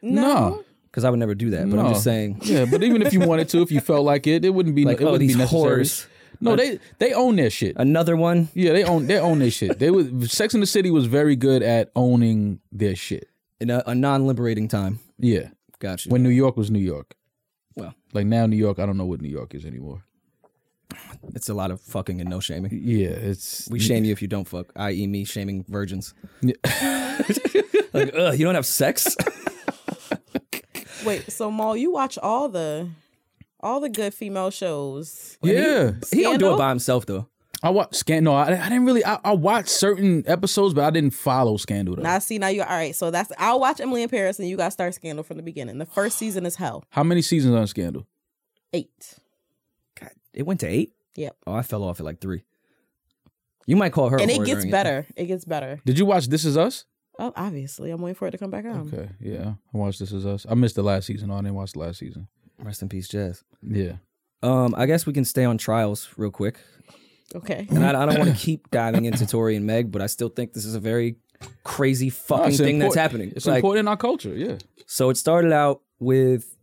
No. Because I would never do that. But No. I'm just saying Yeah, but even if you wanted to, if you felt like it, it wouldn't be like it oh wouldn't these be necessary. whores. No, they they own their shit. Another one. Yeah, they own they own their shit. They was Sex in the City was very good at owning their shit. in a, a non-liberating time. Yeah, Got you. when New York was New York. Well. like now New York, I don't know what New York is anymore. it's a lot of fucking and no shaming. Yeah, it's We shame you if you don't fuck, i.e., me shaming virgins. like, ugh, you don't have sex? Wait, so Maul, you watch all the all the good female shows. yeah. he don't do Scandal? it by himself though. I watched Scandal. No, I, I didn't really. I, I watched certain episodes, but I didn't follow Scandal. Though. Now see now you all right. So that's I'll watch Emily in Paris and you guys start Scandal from the beginning. The first season is hell. How many seasons on Scandal? Eight. God, it went to eight. Yep. Oh, I fell off at like three. You might call her, and a it whore gets during better. It gets better. Did you watch This Is Us? Oh, obviously. I'm waiting for it to come back on. Okay, yeah, I watched This Is Us. I missed the last season. No, I didn't watch the last season. Rest in peace, Jazz. Yeah, Um, I guess we can stay on trials real quick. Okay. And I, I don't want to keep diving into Tori and Meg, but I still think this is a very crazy No, fucking it's thing that's important. happening. It's Like, important in our culture. Yeah, So it started out with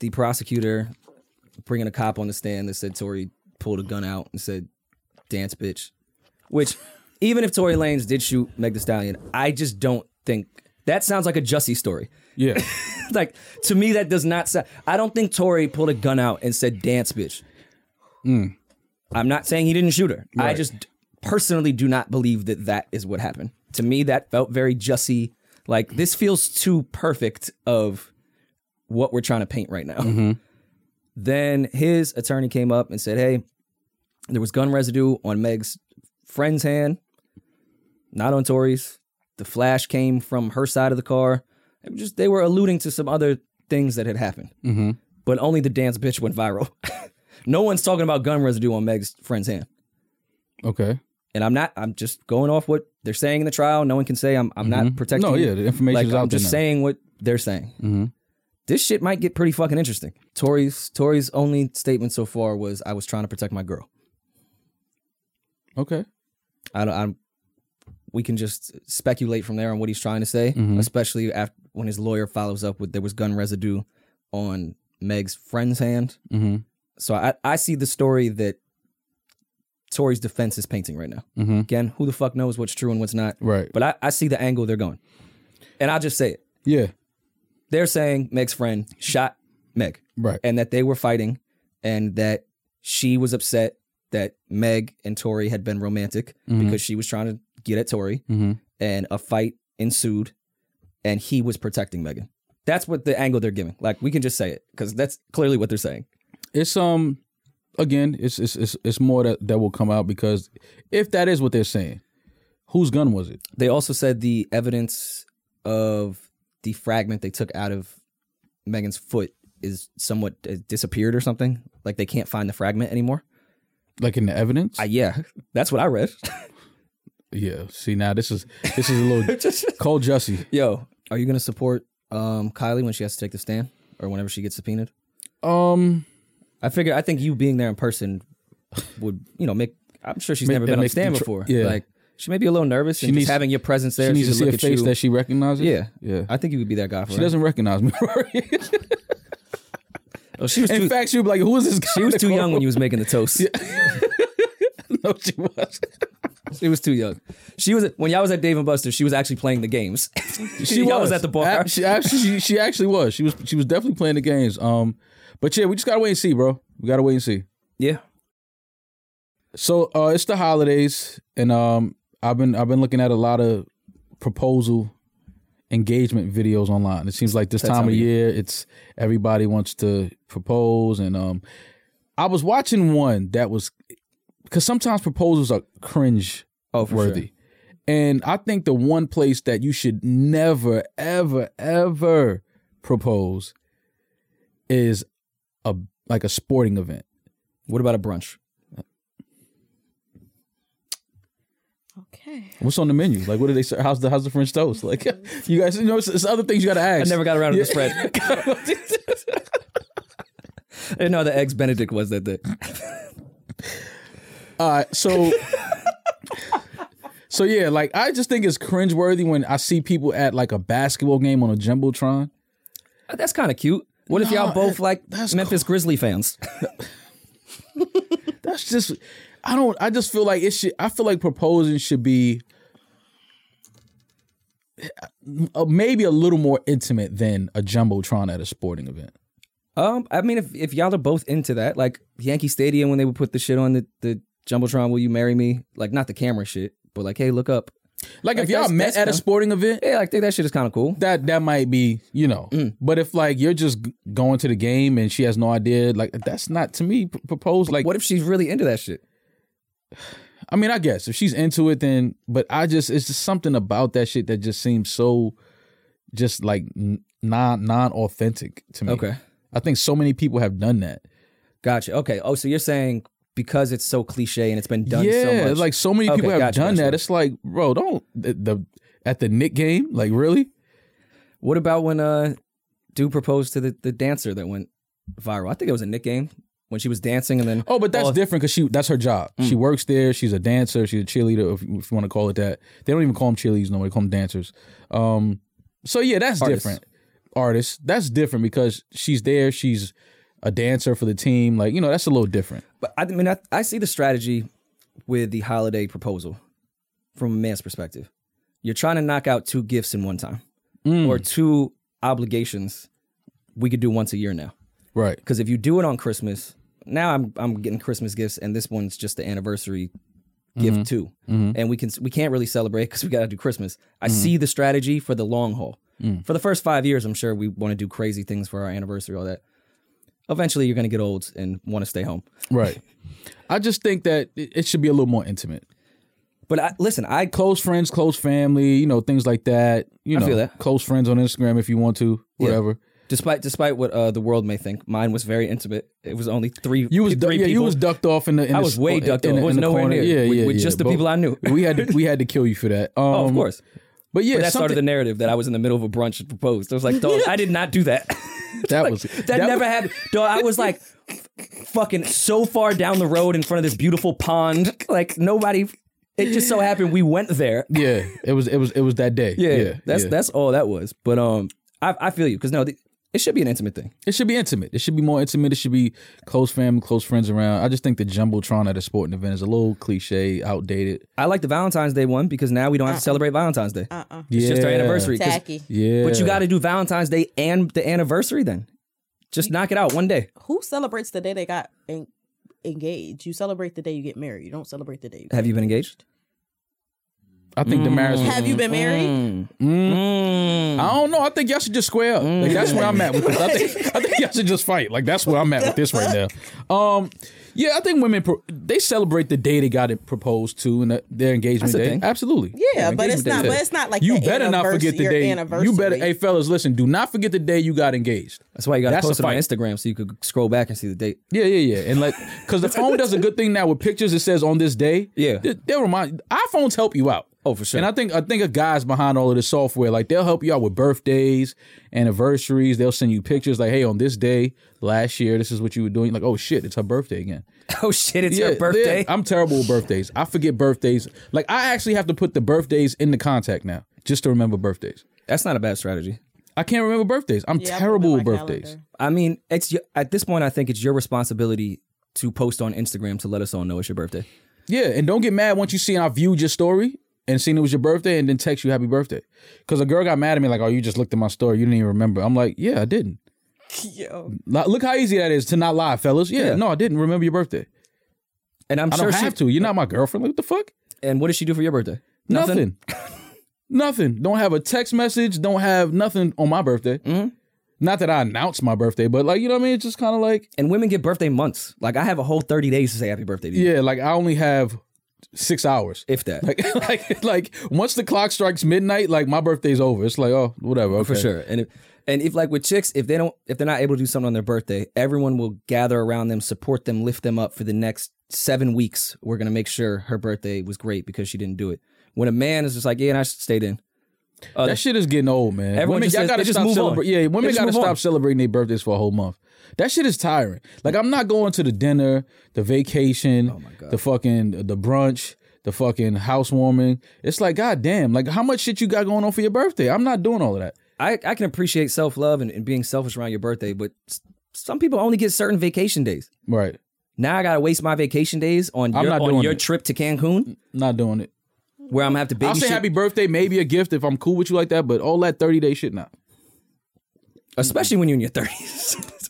the prosecutor bringing a cop on the stand that said Tory pulled a gun out and said, "Dance, bitch." Which, even if Tory Lanez did shoot Meg The Stallion, I just don't think that sounds like a Jussie story. yeah. like to me, that does not sound. I don't think Tory pulled a gun out and said, "Dance, bitch." I'm not saying he didn't shoot her. I Right. just personally do not believe that that is what happened. To me, that felt very Jussie. Like this feels too perfect of what we're trying to paint right now. Then his attorney came up and said, "Hey, there was gun residue on Meg's friend's hand, not on Tori's. The flash came from her side of the car. It was just they were alluding to some other things that had happened, Mm-hmm. but only the dance bitch went viral. no one's talking about gun residue on Meg's friend's hand." okay. And I'm not. I'm just going off what they're saying in the trial. No one can say I'm. I'm not protecting. Mm-hmm. No, you. yeah, the information's Like out I'm there just now. saying what they're saying. This shit might get pretty fucking interesting. Tori's Tori's only statement so far was I was trying to protect my girl. Okay. I don't. I'm, we can just speculate from there on what he's trying to say, Mm-hmm. especially after when his lawyer follows up with there was gun residue on Meg's friend's hand. Mm-hmm. So I I see the story that Tori's defense is painting right now. Mm-hmm. Again, who the fuck knows what's true and what's not. Right. But I, I see the angle they're going. And I'll just say it. Yeah. They're saying Meg's friend shot Meg Right. and that they were fighting and that she was upset that Meg and Tori had been romantic Mm-hmm. because she was trying to get at Tori hmm and a fight ensued and he was protecting Megan. That's what the angle they're giving. Like we can just say it because that's clearly what they're saying. It's um again, it's it's it's, it's more that, that will come out because if that is what they're saying, whose gun was it? They also said the evidence of the fragment they took out of Megan's foot is somewhat uh, disappeared or something. Like they can't find the fragment anymore. Like in the evidence? I, yeah, that's what I read. yeah. See now this is this is a little Just- Cole Jussie. Yo, are you gonna support um, Kylie when she has to take the stand or whenever she gets subpoenaed? Um I figure I think you being there in person would you know make. I'm sure she's Make- never been on make the stand the tr- before. yeah. like she may be a little nervous. She and needs- just having your presence there. she needs to just see a look at face you. that she recognizes. Yeah. Yeah. I think you would be that guy for she her. doesn't recognize me. Oh, she was In too, fact, she would be like, "Who is this guy?" she was too young when you was making the toast. no, she was. She was too young. She was when y'all was at Dave and Buster. She was actually playing the games. she y'all was. at the bar. Ab- She, ab- she, she actually was. She was. She was definitely playing the games. Um, but yeah, we just gotta wait and see, bro. We gotta wait and see. yeah, So uh, it's the holidays, and um, I've been I've been looking at a lot of proposal engagement videos online. It seems like this That time time of of year, it's everybody wants to propose, and um, I was watching one that was because sometimes proposals are cringe oh for worthy. Sure. And I think the one place that you should never, ever, ever propose is a like a sporting event. What about a brunch? Okay. What's on the menu? Like, what do they serve? How's the how's the French toast? Like, you guys, you know, it's, it's other things you got to I ask. never got around to the spread. I didn't know how the eggs Benedict was that day. All right, so. So yeah, like I just think it's cringeworthy when I see people at like a basketball game on a jumbotron. That's kind of cute. What if No, y'all both that- like that's Memphis Grizzly fans? That's just I don't I just feel like it should I feel like proposing should be uh, maybe a little more intimate than a jumbotron at a sporting event. Um, I mean, if if y'all are both into that, like Yankee Stadium when they would put the shit on the the jumbotron, will you marry me? Like not the camera shit, but like, hey, look up. Like, if Like, y'all that's- met that's at a kinda- sporting event, Yeah, I think that shit is kind of cool. that that might be you know. Mm. But if like you're just g- going to the game and she has no idea, like that's not to me p- propose. Like What if she's really into that shit? I mean, I guess if she's into it, then. But I just, it's just something about that shit that just seems so, just like n- non non authentic to me. Okay. I think so many people have done that. Gotcha. Okay. Oh, so you're saying because it's so cliche and it's been done yeah, so much. it's like so many Okay, people have gotcha, done gotcha. that. It's like, bro, don't the, the at the Nick game, like really? what about when uh dude proposed to the, the dancer that went viral? I think it was a Nick game when she was dancing and then Oh, but that's Oh. different because she that's her job. She Mm. works there. She's a dancer. She's a cheerleader, if, if you want to call it that. They don't even call them cheerleaders no more. They call them dancers. Um, so yeah, that's Artists. different. Artist, that's different because she's there. She's a dancer for the team. Like you know, that's a little different. But I mean, I, I see the strategy with the holiday proposal from a man's perspective. You're trying to knock out two gifts in one time Mm. Hmm. or two obligations we could do once a year now. Right. Because if you do it on Christmas, now I'm I'm getting Christmas gifts, and this one's just the anniversary Mm-hmm. gift too, and we can we can't really celebrate because we got to do Christmas. Mm-hmm. I see the strategy for the long haul. Mm. For the first five years, I'm sure we want to do crazy things for our anniversary, all that. Eventually, you're going to get old and want to stay home. Right. I just think that it it should be a little more intimate. But I, listen, I Close friends, close family, you know, things like that. You I know, feel that. close friends on Instagram if you want to, Yeah. whatever. despite despite what uh, the world may think, mine was very intimate. It was only three. You was three du- yeah, you people. was ducked off in the. In I the was sp- way ducked in off. the- I was in the nowhere corner. near Yeah, with- yeah, with yeah. just the But people I knew. We had to, we had to kill you for that. Um, oh, of course. But yeah, But that started the something- narrative that I was in the middle of a brunch and proposed. I was like, dog, I did not do that. that was that, never was- happened. Dog, I was like f- fucking so far down the road in front of this beautiful pond. Like nobody it just so happened we went there. Yeah, it was it was it was that day. Yeah, that's yeah. that's all that was. But um I, I feel you because no, the, it should be an intimate thing. It should be intimate. It should be more intimate. It should be close family, close friends around. I just think the jumbotron at a sporting event is a little cliche, outdated. I like the Valentine's Day one because now we don't have to celebrate Valentine's Day. Uh-uh. It's just our Yeah. anniversary. 'cause- Tacky. Yeah, But you got to do Valentine's Day and the anniversary then. Just knock it out one day. Who celebrates the day they got en- engaged? You celebrate the day you get married. You don't celebrate the day. You get Have you been engaged? I think the marriage. Was, Have you been married? Mm, Mm. I don't know. I think y'all should just square up. Mm. Like, that's where I'm at with this. I think, I think y'all should just fight. Like that's where I'm at with this right now. Um, yeah, I think women pro- they celebrate the day they got it proposed to and the, their engagement That's a day. thing. Absolutely. Yeah, but it's engagement not. day. But it's not like you the better not forget annivers- the your day. You better, anniversary. hey fellas, listen. Do not forget the day you got engaged. That's why you got to That's a post it on fight. Instagram so you could scroll back and see the date. Yeah, yeah, yeah. And like, because the phone does a good thing now with pictures. It says on this day. Yeah. They, will remind. iPhones help you out. Oh, for sure. And I think I think a guys behind all of this software, like they'll help you out with birthdays, anniversaries. They'll send you pictures like, hey, on this day last year, this is what you were doing. Like, oh shit, it's her birthday again. Oh shit! It's your Yeah, birthday. yeah. I'm terrible with birthdays. I forget birthdays. Like I actually have to put the birthdays in the contact now just to remember birthdays. That's not a bad strategy. I can't remember birthdays. I'm Yeah, I put it in terrible my with birthdays. calendar. I mean, it's your, at this point, I think it's your responsibility to post on Instagram to let us all know it's your birthday. Yeah, and don't get mad once you see I viewed your story and seen it was your birthday and then text you happy birthday. Because a girl got mad at me like, oh, you just looked at my story. You didn't even remember. I'm like, yeah, I didn't. Yo. Li- Look how easy that is to not lie, fellas. Yeah, Yeah. no, I didn't remember your birthday. And I'm I sure don't she- have to. You're not my girlfriend. Like, what the fuck? And what did she do for your birthday? Nothing. nothing. Don't have a text message. Don't have nothing on my birthday. Mm-hmm. Not that I announced my birthday, but like, you know what I mean? It's just kind of like, And women get birthday months. Like I have a whole 30 days to say happy birthday to you, yeah, like I only have six hours. if that. Like, like, like, once the clock strikes midnight, like my birthday's over. It's like, oh, whatever. Okay. for sure. And if, and if like with chicks, if they don't, if they're not able to do something on their birthday, everyone will gather around them, support them, lift them up for the next seven weeks. We're gonna make sure her birthday was great because she didn't do it. When a man is just like, yeah, and I stayed in. Uh, That shit is getting old, man. Everyone women, just y'all says- gotta they just stop move on. celebra- Yeah, They women just gotta move stop on. celebrating their birthdays for a whole month. That shit is tiring. Like I'm not going to the dinner, the vacation, Oh the fucking the brunch, the fucking housewarming. It's like, goddamn, like how much shit you got going on for your birthday? I'm not doing all of that. I, I can appreciate self love and, and being selfish around your birthday, but s- some people only get certain vacation days. Right. Now I gotta waste my vacation days on I'm your, not on doing your it. trip to Cancun, Not doing it. where I'm gonna have to baby I'll say shit- happy birthday, maybe a gift if I'm cool with you like that, but all that 30 day shit now. especially when you're in your 30s.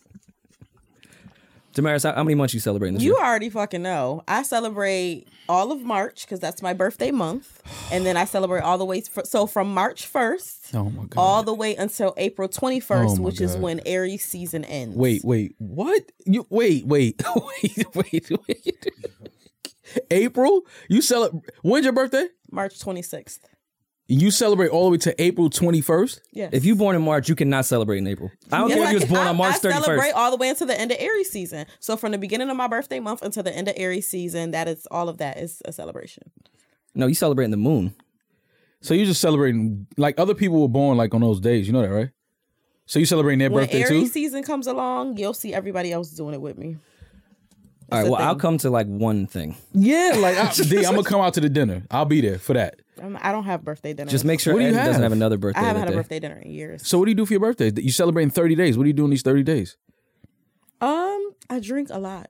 Damaris, how, how many months you celebrating this You year? already fucking know. I celebrate all of March because that's my birthday month, and then I celebrate all the way. fr so from March first, Oh my god. all the way until April twenty first, Oh my which is God. when Aries season ends. Wait, wait, what? You wait, wait, wait, wait, wait. April? You celebrate? When's your birthday? March twenty sixth. You celebrate all the way to April twenty first. Yeah. If you born in March, you cannot celebrate in April. I don't Yes, care if I you was can- born I- on March I celebrate 31st. all the way until the end of Aries season. So from the beginning of my birthday month until the end of Aries season, that is all of that is a celebration. No, you celebrating the moon. So you're just celebrating like other people were born like on those days. You know that, right? So you celebrating their When birthday Aries too? season comes along, you'll see everybody else doing it with me. All right, a well, I'll thing. come to like one thing. Yeah, like I, D, I'm gonna come out to the dinner. I'll be there for that. I'm, I don't have birthday dinner. Just make sure What do you Eddie doesn't have? have another birthday. I haven't that had a day. birthday dinner in years. So what do you do for your birthday? You celebrating thirty days? What do you do in these thirty days? Um, I drink a lot.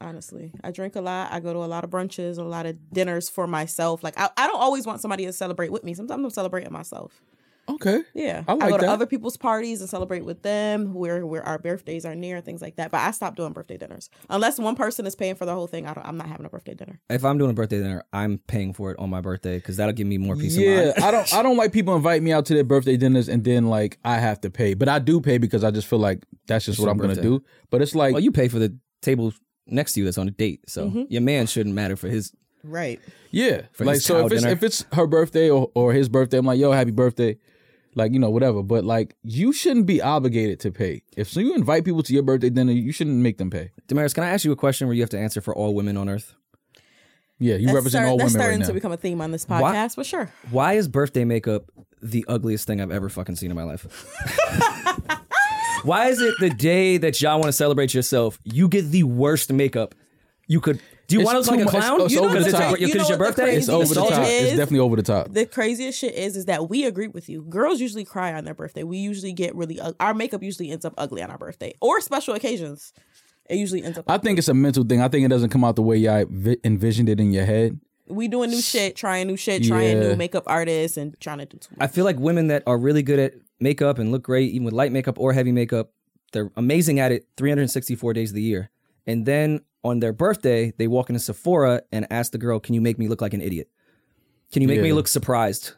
Honestly, I drink a lot. I go to a lot of brunches, a lot of dinners for myself. Like I, I don't always want somebody to celebrate with me. Sometimes I'm celebrating myself. Okay. Yeah, I like go to that. other people's parties and celebrate with them, where where our birthdays are near and things like that. But I stopped doing birthday dinners unless one person is paying for the whole thing. I don't, I'm not having a birthday dinner. If I'm doing a birthday dinner, I'm paying for it on my birthday because that'll give me more peace of Yeah, mind. I don't. I don't like people invite me out to their birthday dinners and then like I have to pay, but I do pay because I just feel like that's just what your I'm birthday. gonna do. But it's like, Mm-hmm. Well, you pay for the table next to you that's on a date, so your man shouldn't matter for his. Right. yeah, for like his so cow if it's dinner. if it's her birthday or, or his birthday, I'm like, yo, happy birthday, like you know whatever. But like you shouldn't be obligated to pay. If so, you invite people to your birthday dinner, you shouldn't make them pay. Damaris, can I ask you a question where you have to answer for all women on earth? Yeah, you represent start- all that's women right starting now. to become a theme on this podcast, Why- but sure. Why is birthday makeup the ugliest thing I've ever fucking seen in my life? Why is it the day that y'all want to celebrate yourself, you get the worst makeup you could? Do you It's want to look too like a much- it's- clown? it's over Because the top. your, You know because your what the birthday? it's crazy over the shit top. is- It's definitely over the top. The craziest shit is is that we agree with you. Girls usually cry on their birthday. We usually get really ug- our makeup usually ends up ugly on our birthday or special occasions. It usually ends up. I think it's a mental thing. I think it doesn't come out the way y'all vi- envisioned it in your head. we doing new shit, trying new shit, trying Yeah. new makeup artists, and trying to do too much. I feel like women that are really good at makeup and look great, even with light makeup or heavy makeup, They're amazing at it 364 days of the year. And then on their birthday, they walk into Sephora and ask the girl, Can you make me look like an idiot? Can you make me Yeah. look surprised?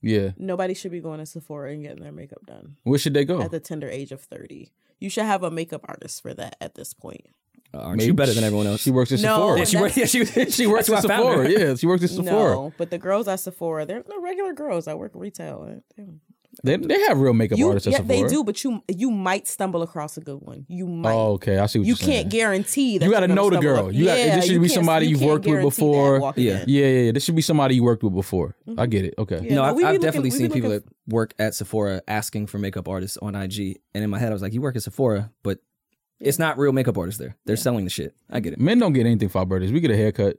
Yeah. Nobody should be going to Sephora and getting their makeup done Where should they go? at the tender age of 30. You should have a makeup artist for that at this point. Uh, aren't you better than everyone else? She works at No, Sephora. yeah, she, works. yeah, she, She works at that's why I found Sephora. her. Yeah, she works at Sephora. No, but the girls at Sephora, they're, they're regular girls that work retail. They, they have real makeup You, artists at yeah, Sephora. they do, but you you might stumble across a good one. You might. Oh, okay. I see what you are saying. can't guarantee that You gotta you're gonna know the stumble girl. up- You got- yeah, this should you be can't- somebody you you've can't worked with guarantee that before. walking Yeah. in. Yeah, yeah, yeah. This should be somebody you worked with before. I get it. Okay. Yeah, no, no, I've, we be I've looking- definitely we be seen people looking- that work at Sephora asking for makeup artists on IG. And in my head, I was like, you work at Sephora, but it's not real makeup artists there. They're selling the shit. I get it. Men don't get anything for our birthdays. We get a haircut.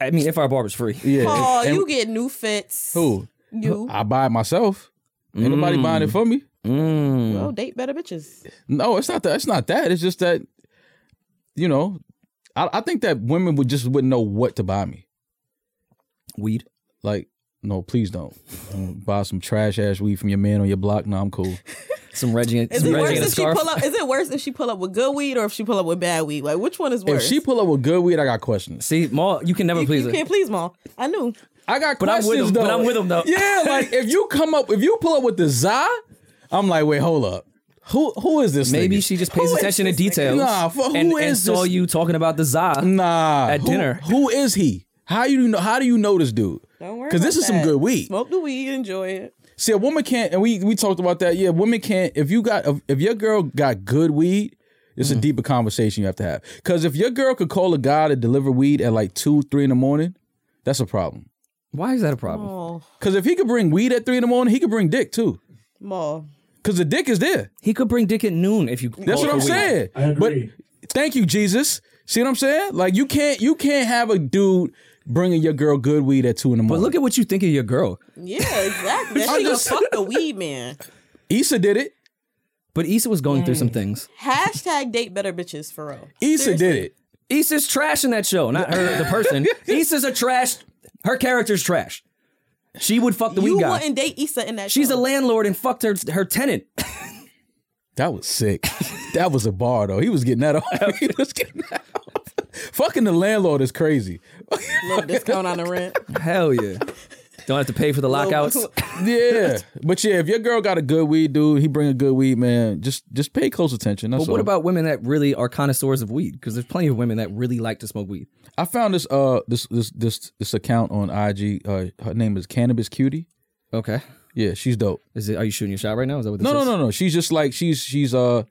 I mean, if our barber's free. Yeah. Paul, and- you get new fits. who? You. I buy it myself. Ain't nobody buying it for me. Mm. Well, date better bitches. No, it's not that. It's not that. It's just that, you know, I, I think that women would just wouldn't know what to buy me. Weed. Like, no, please don't Um, buy some trash ass weed from your man on your block. No, I'm cool. Some Reggie, Is some it worse Reggie and a if she scarf. pull up? Is it worse if she pull up with good weed or if she pull up with bad weed? Like which one is If worse? she pull up with good weed, I got questions. See, Maul, you can never you, please you her. can't please mom. I knew. I got But I'm with questions him. though. But I'm with him though. Yeah, like if you come up, if you pull up with the za, I'm like, wait, hold up. Who who is this? Maybe nigga? she just pays Who is attention to this nigga? details. Nah, for, who and, and is saw this? you talking about the za. Nah, at who- dinner. Who is he? How you know? How do you know this dude? Don't worry. Because this about is some that. good weed. Smoke the weed, enjoy it. See, a woman can't, and we we talked about that. Yeah, women can't. If you got, if, if your girl got good weed, it's Mm. a deeper conversation you have to have. Because if your girl could call a guy to deliver weed at like two, three in the morning, that's a problem. Why is that a problem? Oh, Because if he could bring weed at three in the morning, he could bring dick too. mom. Because the dick is there. He could bring dick at noon if you. Oh, That's what I'm saying. I agree. But thank you, Jesus. See what I'm saying? Like you can't, you can't have a dude bringing your girl good weed at two in the But morning. look at what you think of your girl. Yeah, exactly. I'm She gonna just- fuck the weed man. Issa did it. But Issa was going through some things. Hashtag date better bitches for real. Issa did Seriously. it. Issa's trash in that show, not her, the person. Issa's a trash. Her character's trash. She would fuck the You weed guy. wouldn't date Issa in that. She's show. a landlord and fucked her her tenant. That was sick. that was a bar though. He was getting that off. he was getting that off. Fucking the landlord is crazy. little discount on the rent. Hell yeah. Don't have to pay for the lockouts. yeah, but yeah, if your girl got a good weed, dude, he bring a good weed, man. Just just pay close attention. That's But what all. about women that really are connoisseurs of weed? Because there's plenty of women that really like to smoke weed. I found this uh this this this this account on IG. Uh, her name is Cannabis Cutie. Okay. Yeah, she's dope. Is it? Are you shooting your shot right now? Is that what this No, is? no, no, no. She's just like she's she's uh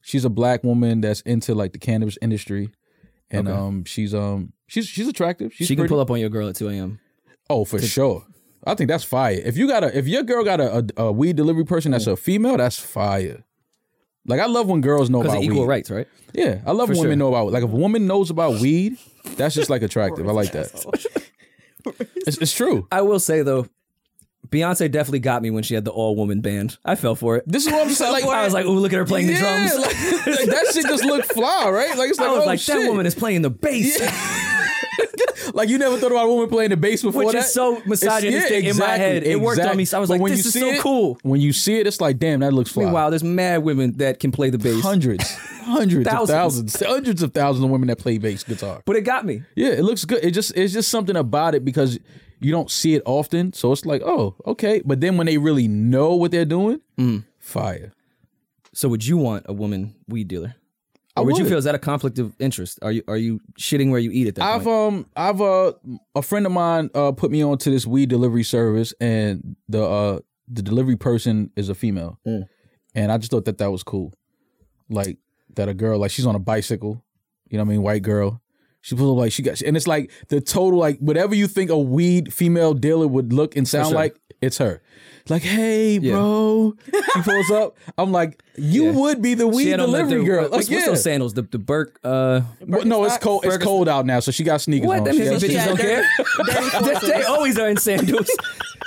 she's a black woman that's into like the cannabis industry, and Okay. um she's um she's she's attractive. She's she can pretty. pull up on your girl at 2 a.m. Oh, for sure. I think that's fire. If you got a, if your girl got a, a, a weed delivery person that's a female, that's fire. Like I love when girls know Because about of equal weed. rights, right? Yeah, I love when women sure. know about. Like if a woman knows about weed, that's just like attractive. I like that. Asshole. It's, it's true. I will say though, Beyonce definitely got me when she had the all woman band. I fell for it. This is what I'm saying. Like I was like, ooh, look at her playing yeah, the drums. like, like, that shit just look fly, right? Like it's like I was oh like, shit. that woman is playing the bass. like you never thought about a woman playing the bass before Which that. is so misogynistic in my head. It worked on me. I was But like, when this you is see so it- cool. When you see it, it's like, damn, that looks fly. Meanwhile, there's mad women that can play the bass. hundreds, hundreds Thousands. of thousands, hundreds of thousands of women that play bass guitar. But it got me. Yeah, it looks good. It just it's just something about it because you don't see it often, so it's like, oh, okay. But then when they really know what they're doing, Mm. fire. So would you want a woman weed dealer? Or I would you would. feel is that a conflict of interest? Are you are you shitting where you eat at that I've point? um I've uh a friend of mine uh put me on to this weed delivery service, and the uh the delivery person is a female, Mm. and I just thought that that was cool, like that a girl like she's on a bicycle, you know what I mean, white girl. She pulls up like she got, and it's like the total like whatever you think a weed female dealer would look and sound sure. like, it's her. Like, hey, bro, she pulls up. I'm like, you Yeah. would be the She weed had on the- delivery the- girl. What's, Like, what's yeah. those sandals? The the Burke. Uh, Well, no, it's Birkenstocks? cold. It's cold out now, so she got sneakers what? on. Them She got hippie bitches sneakers yeah, don't care. they're- They- they always are in sandals.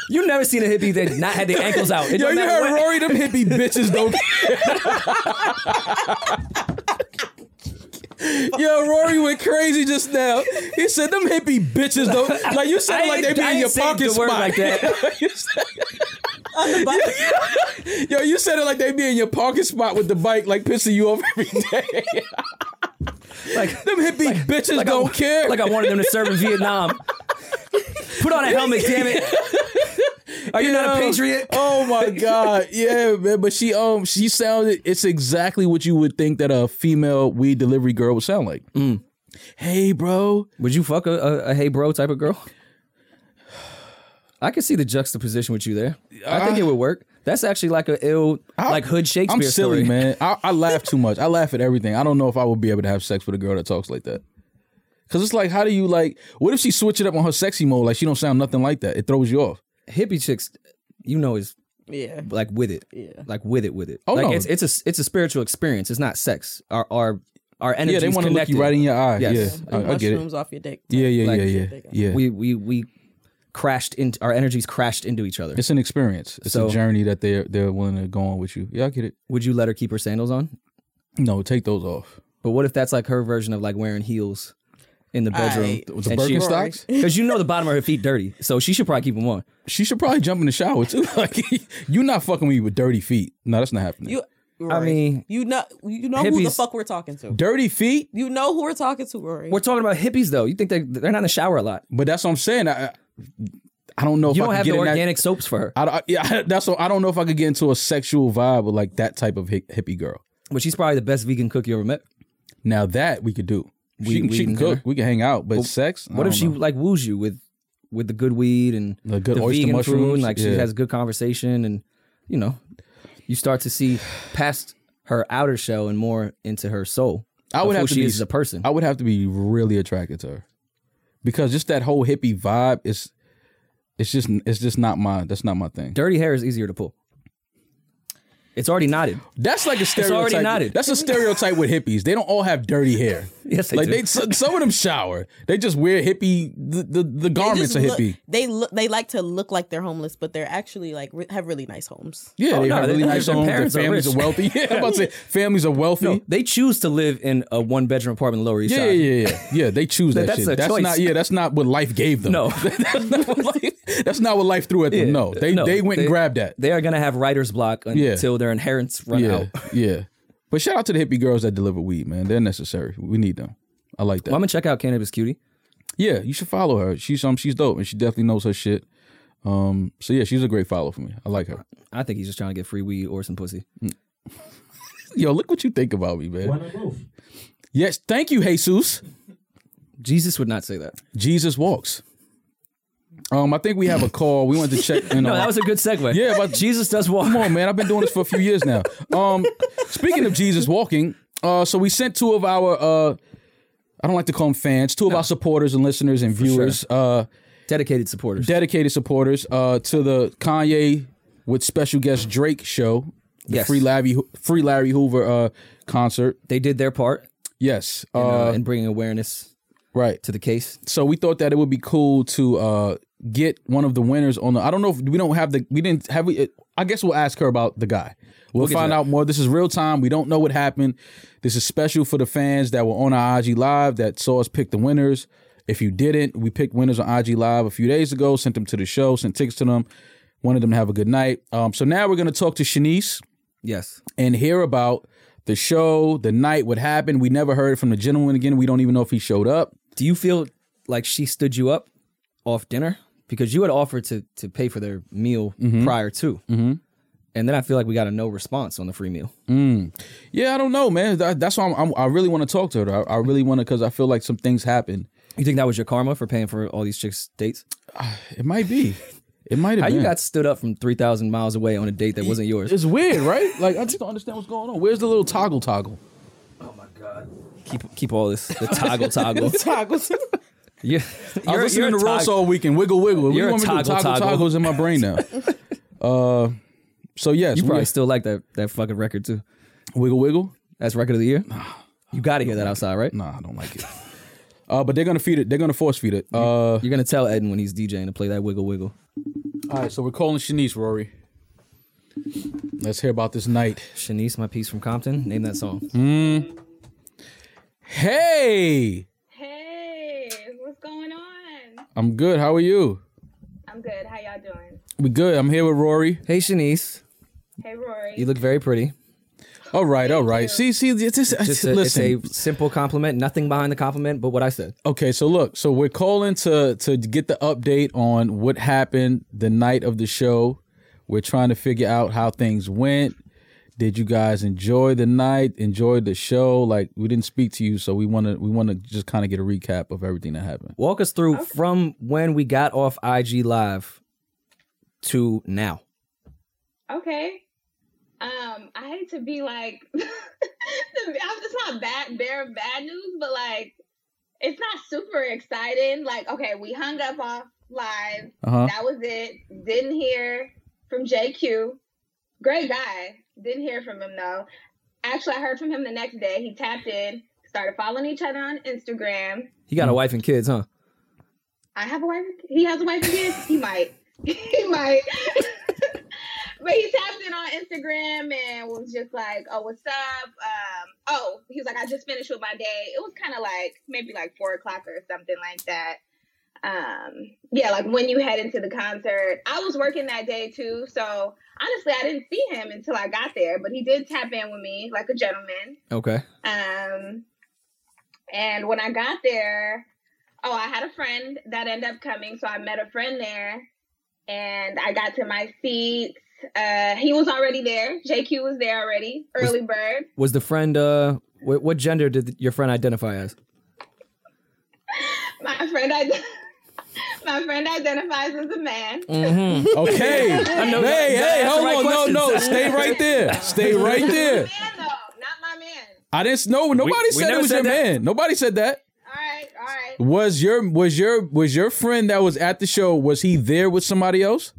You never seen a hippie that not had their ankles out. It Yo, don't you matter heard what- Rory? Them hippie bitches don't. Yo, Rory went crazy just now. He said them hippie bitches don't. Like you I sound like they ain't- be I in ain't your saying pocket the word spot. like that. You sound- On the bike. Yo, you said it like they be in your parking spot with the bike, like pissing you off every day. Like Them hippie bitches don't I, care. Like I wanted them to serve in Vietnam. Put on a helmet, damn it. Are you not a Yo. patriot? Oh my god, yeah, man. But she, um, she sounded. It's exactly what you would think that a female weed delivery girl would sound like. Mm. Hey, bro. Would you fuck a, a, a hey bro type of girl? I could see the juxtaposition with you there. I think it would work. That's actually like a ill, like hood Shakespeare Uh, I'm silly, story. man. I, I laugh too much. I laugh at everything. I don't know if I would be able to have sex with a girl that talks like that. Cause it's like, how do you like? What if she switch it up on her sexy mode? Like she don't sound nothing like that. It throws you off. Hippie chicks, you know, is Yeah. like with it, Yeah. like with it, with it. Oh, like no. it's it's a it's a spiritual experience. It's not sex. Our our our energy. Yeah, they want to look you right in your eye. Yes. Yeah, I, I get it. Mushrooms off your dick. Yeah, yeah, Like- yeah, yeah, yeah. We we we crashed into our energies crashed into each other. it's an experience. It's So- a journey that they're they're willing to go on with you. Yeah, I get it. Would you let her keep her sandals on? No, take those off. But what if that's like her version of like wearing heels in the bedroom? Aight. The and she- Birkenstocks. Because you know the bottom of her feet dirty, so she should probably keep them on. She should probably jump in the shower too. Like you're not fucking with me with dirty feet. No, that's not happening. You Rory, I mean, you know you know who the hippies- fuck we're talking to. dirty feet. You know who we're talking to, Rory. we're talking about hippies though. You think they they're not in the shower a lot? But that's what I'm saying. I I- I don't know if You I don't could have get the in that- organic soaps for her, I, don't- I- yeah, that's what I don't know if I could get into a sexual vibe with like that type of hi- hippie girl. but she's probably the best vegan cook you ever met. Now that we could do, We- she can, we she can can get cook, her. we can hang out, but sex. I What if don't she know. like woos you with with the good weed and The good oyster vegan food? mushrooms, Like she yeah. has good conversation, and you know, you start to see past her outer shell and more into her soul. I would of have who to she be is as a person. I would have to be really attracted to her because just that whole hippie vibe is. It's just, it's just not my. That's not my thing. Dirty hair is easier to pull. It's already knotted. That's like a stereotype. already knotted. That's a stereotype with hippies. They don't all have dirty hair. Yes, they like do. they, so- some of them shower. They just wear hippie. The the, the They garments just are look- hippie. They look. They like to look like they're homeless, but they're actually like re- have really nice homes. Yeah, Oh, they no, have really their- nice their homes. Their parents are families rich. are wealthy. Yeah, I'm about to say families are wealthy. No, they choose to live in a one bedroom apartment in Lower East Yeah, Side. yeah, yeah, yeah. Yeah, they choose that that's shit. a that's choice. not. Yeah, that's not what life gave them. No. that's, not what life, that's not what life threw at them. No, they No, they went and grabbed that. They are gonna have writer's block until their inheritance run yeah, out. Well, yeah. But shout out to the hippie girls that deliver weed, man. They're necessary. We need them. I like that. I'm gonna check out Cannabis Cutie. yeah, you should follow her. She's um, she's dope, and she definitely knows her shit. Um, so yeah, she's a great follow for me. I like her. I think he's just trying to get free weed or some pussy. Yo, look what you think about me, man. Why not both? Yes, thank you, Jesus. Jesus would not say that. Jesus walks. Um, I think we have a call. We wanted to check. You know, No, that was a good segue. Yeah, but- Jesus does walk. Come on, man. I've been doing this for a few years now. Um, speaking of Jesus walking, uh, so we sent two of our uh, I don't like to call them fans, two of our supporters and listeners and viewers, uh, Dedicated supporters. dedicated supporters, uh, to the Kanye with special guest Drake show, the Yes. Free Larry Free Larry Hoover uh concert. they did their part Yes, uh, uh, in bringing awareness right. to the case. so we thought that it would be cool to uh get one of the winners on the I don't know if we don't have the we didn't have we uh, I guess we'll ask her about the guy. We'll, to find that. out more. This is real time. We don't know what happened. This is special for the fans that were on our IG live that saw us pick the winners. If you didn't, we picked winners on IG live a few days ago, sent them to the show, sent tickets to them, wanted them to have a good night. Um so now we're going to talk to Shanice Yes. and hear about the show, the night, what happened. We never heard from the gentleman again. We don't even know if he showed up. Do you feel like she stood you up off dinner because you had offered to to pay for their meal Mm-hmm. prior to, and then I feel like we got a no response on the free meal. Yeah, I don't know, man. That, that's why I'm, I'm, I really want to talk to her. though. I, I really want to because I feel like some things happen. You think that was your karma for paying for all these chicks' dates? It might be. It might have How been. you got stood up from three thousand miles away on a date that wasn't yours? it's weird, right? Like I just don't understand what's going on. Where's the little toggle toggle? Keep keep all this the toggle toggle. Toggles. You, I was listening to Ross all weekend. Wiggle wiggle. What do You're a you want me to do? toggle, toggle toggle. toggles in my brain now. uh, so yes, You we- probably still like that that fucking record too. wiggle wiggle. That's record of the year. You got to hear that outside, right? Nah, I don't like it. Uh, but they're gonna feed it. They're gonna force feed it. Uh, all You're gonna tell Eden when he's DJing to play that wiggle wiggle. right. So we're calling Shanice Rory. Let's hear about this night. Shanice, my piece from Compton. Name that song. Mm-hmm. Hey, Hey, what's going on? I'm good. How are you? I'm good. How y'all doing? We good. I'm here with Rory. Hey, Shanice. Hey, Rory. You look very pretty. All right, all right. See, see, it's just, Just a, listen. It's a simple compliment. Nothing behind the compliment, but what I said. Okay, so look, so we're calling to to get the update on what happened the night of the show. We're trying to figure out how things went. Did you guys enjoy the night? Enjoy the show? Like we didn't speak to you, so we want to we want to just kind of get a recap of everything that happened. Walk us through from when we got off IG Live to now. Okay. Um, I hate to be like, the- it's not bad, bare bad news, but like, it's not super exciting. Like, okay, we hung up off live. Uh huh. That was it. Didn't hear from JQ. Great guy. Didn't hear from him though. Actually, I heard from him the next day. He tapped in, started following each other on Instagram. He Mm. got a wife and kids, huh? I have a wife. He has a wife and kids. He might. He might. but he tapped in on Instagram and was just like, "Oh, what's up?" Um, oh, he was like, "I just finished with my day." It was kind of like maybe like four o'clock or something like that. Um, yeah, like when you head into the concert. I was working that day too, so honestly, I didn't see him until I got there. But he did tap in with me like a gentleman. Okay. Um, and when I got there, oh, I had a friend that ended up coming, so I met a friend there, and I got to my seats. Uh, he was already there. JQ was there already. Was- Early bird. Was the friend uh what, what gender did your friend identify as? My friend, I. My friend identifies as a man. Mm-hmm. Okay. I know- hey, that's hey, the hold right on, no, questions. no, stay right there, stay right there. Not my man, though. Not my man. I didn't know. Nobody we said never it was said your that. man. Nobody said that. All right, all right. Was your was your was your friend that was at the show? Was he there with somebody else?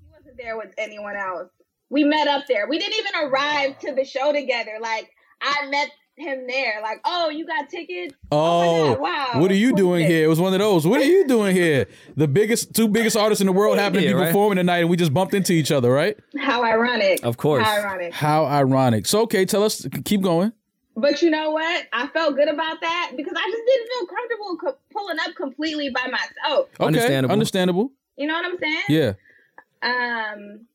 He wasn't there with anyone else. We met up there. We didn't even arrive to the show together. Like I met him there. Like, oh, you got tickets? Oh, my God, wow. what are you Who's doing this? here? It was one of those. What are you doing here? The biggest, two biggest artists in the world happen to Yeah, be right. performing tonight, and we just bumped into each other, right? How ironic. Of course. How ironic. How ironic. So, okay, tell us. Keep going. But you know what? I felt good about that because I just didn't feel comfortable co- pulling up completely by myself. Okay, Understandable. Understandable. You know what I'm saying? Yeah. Um.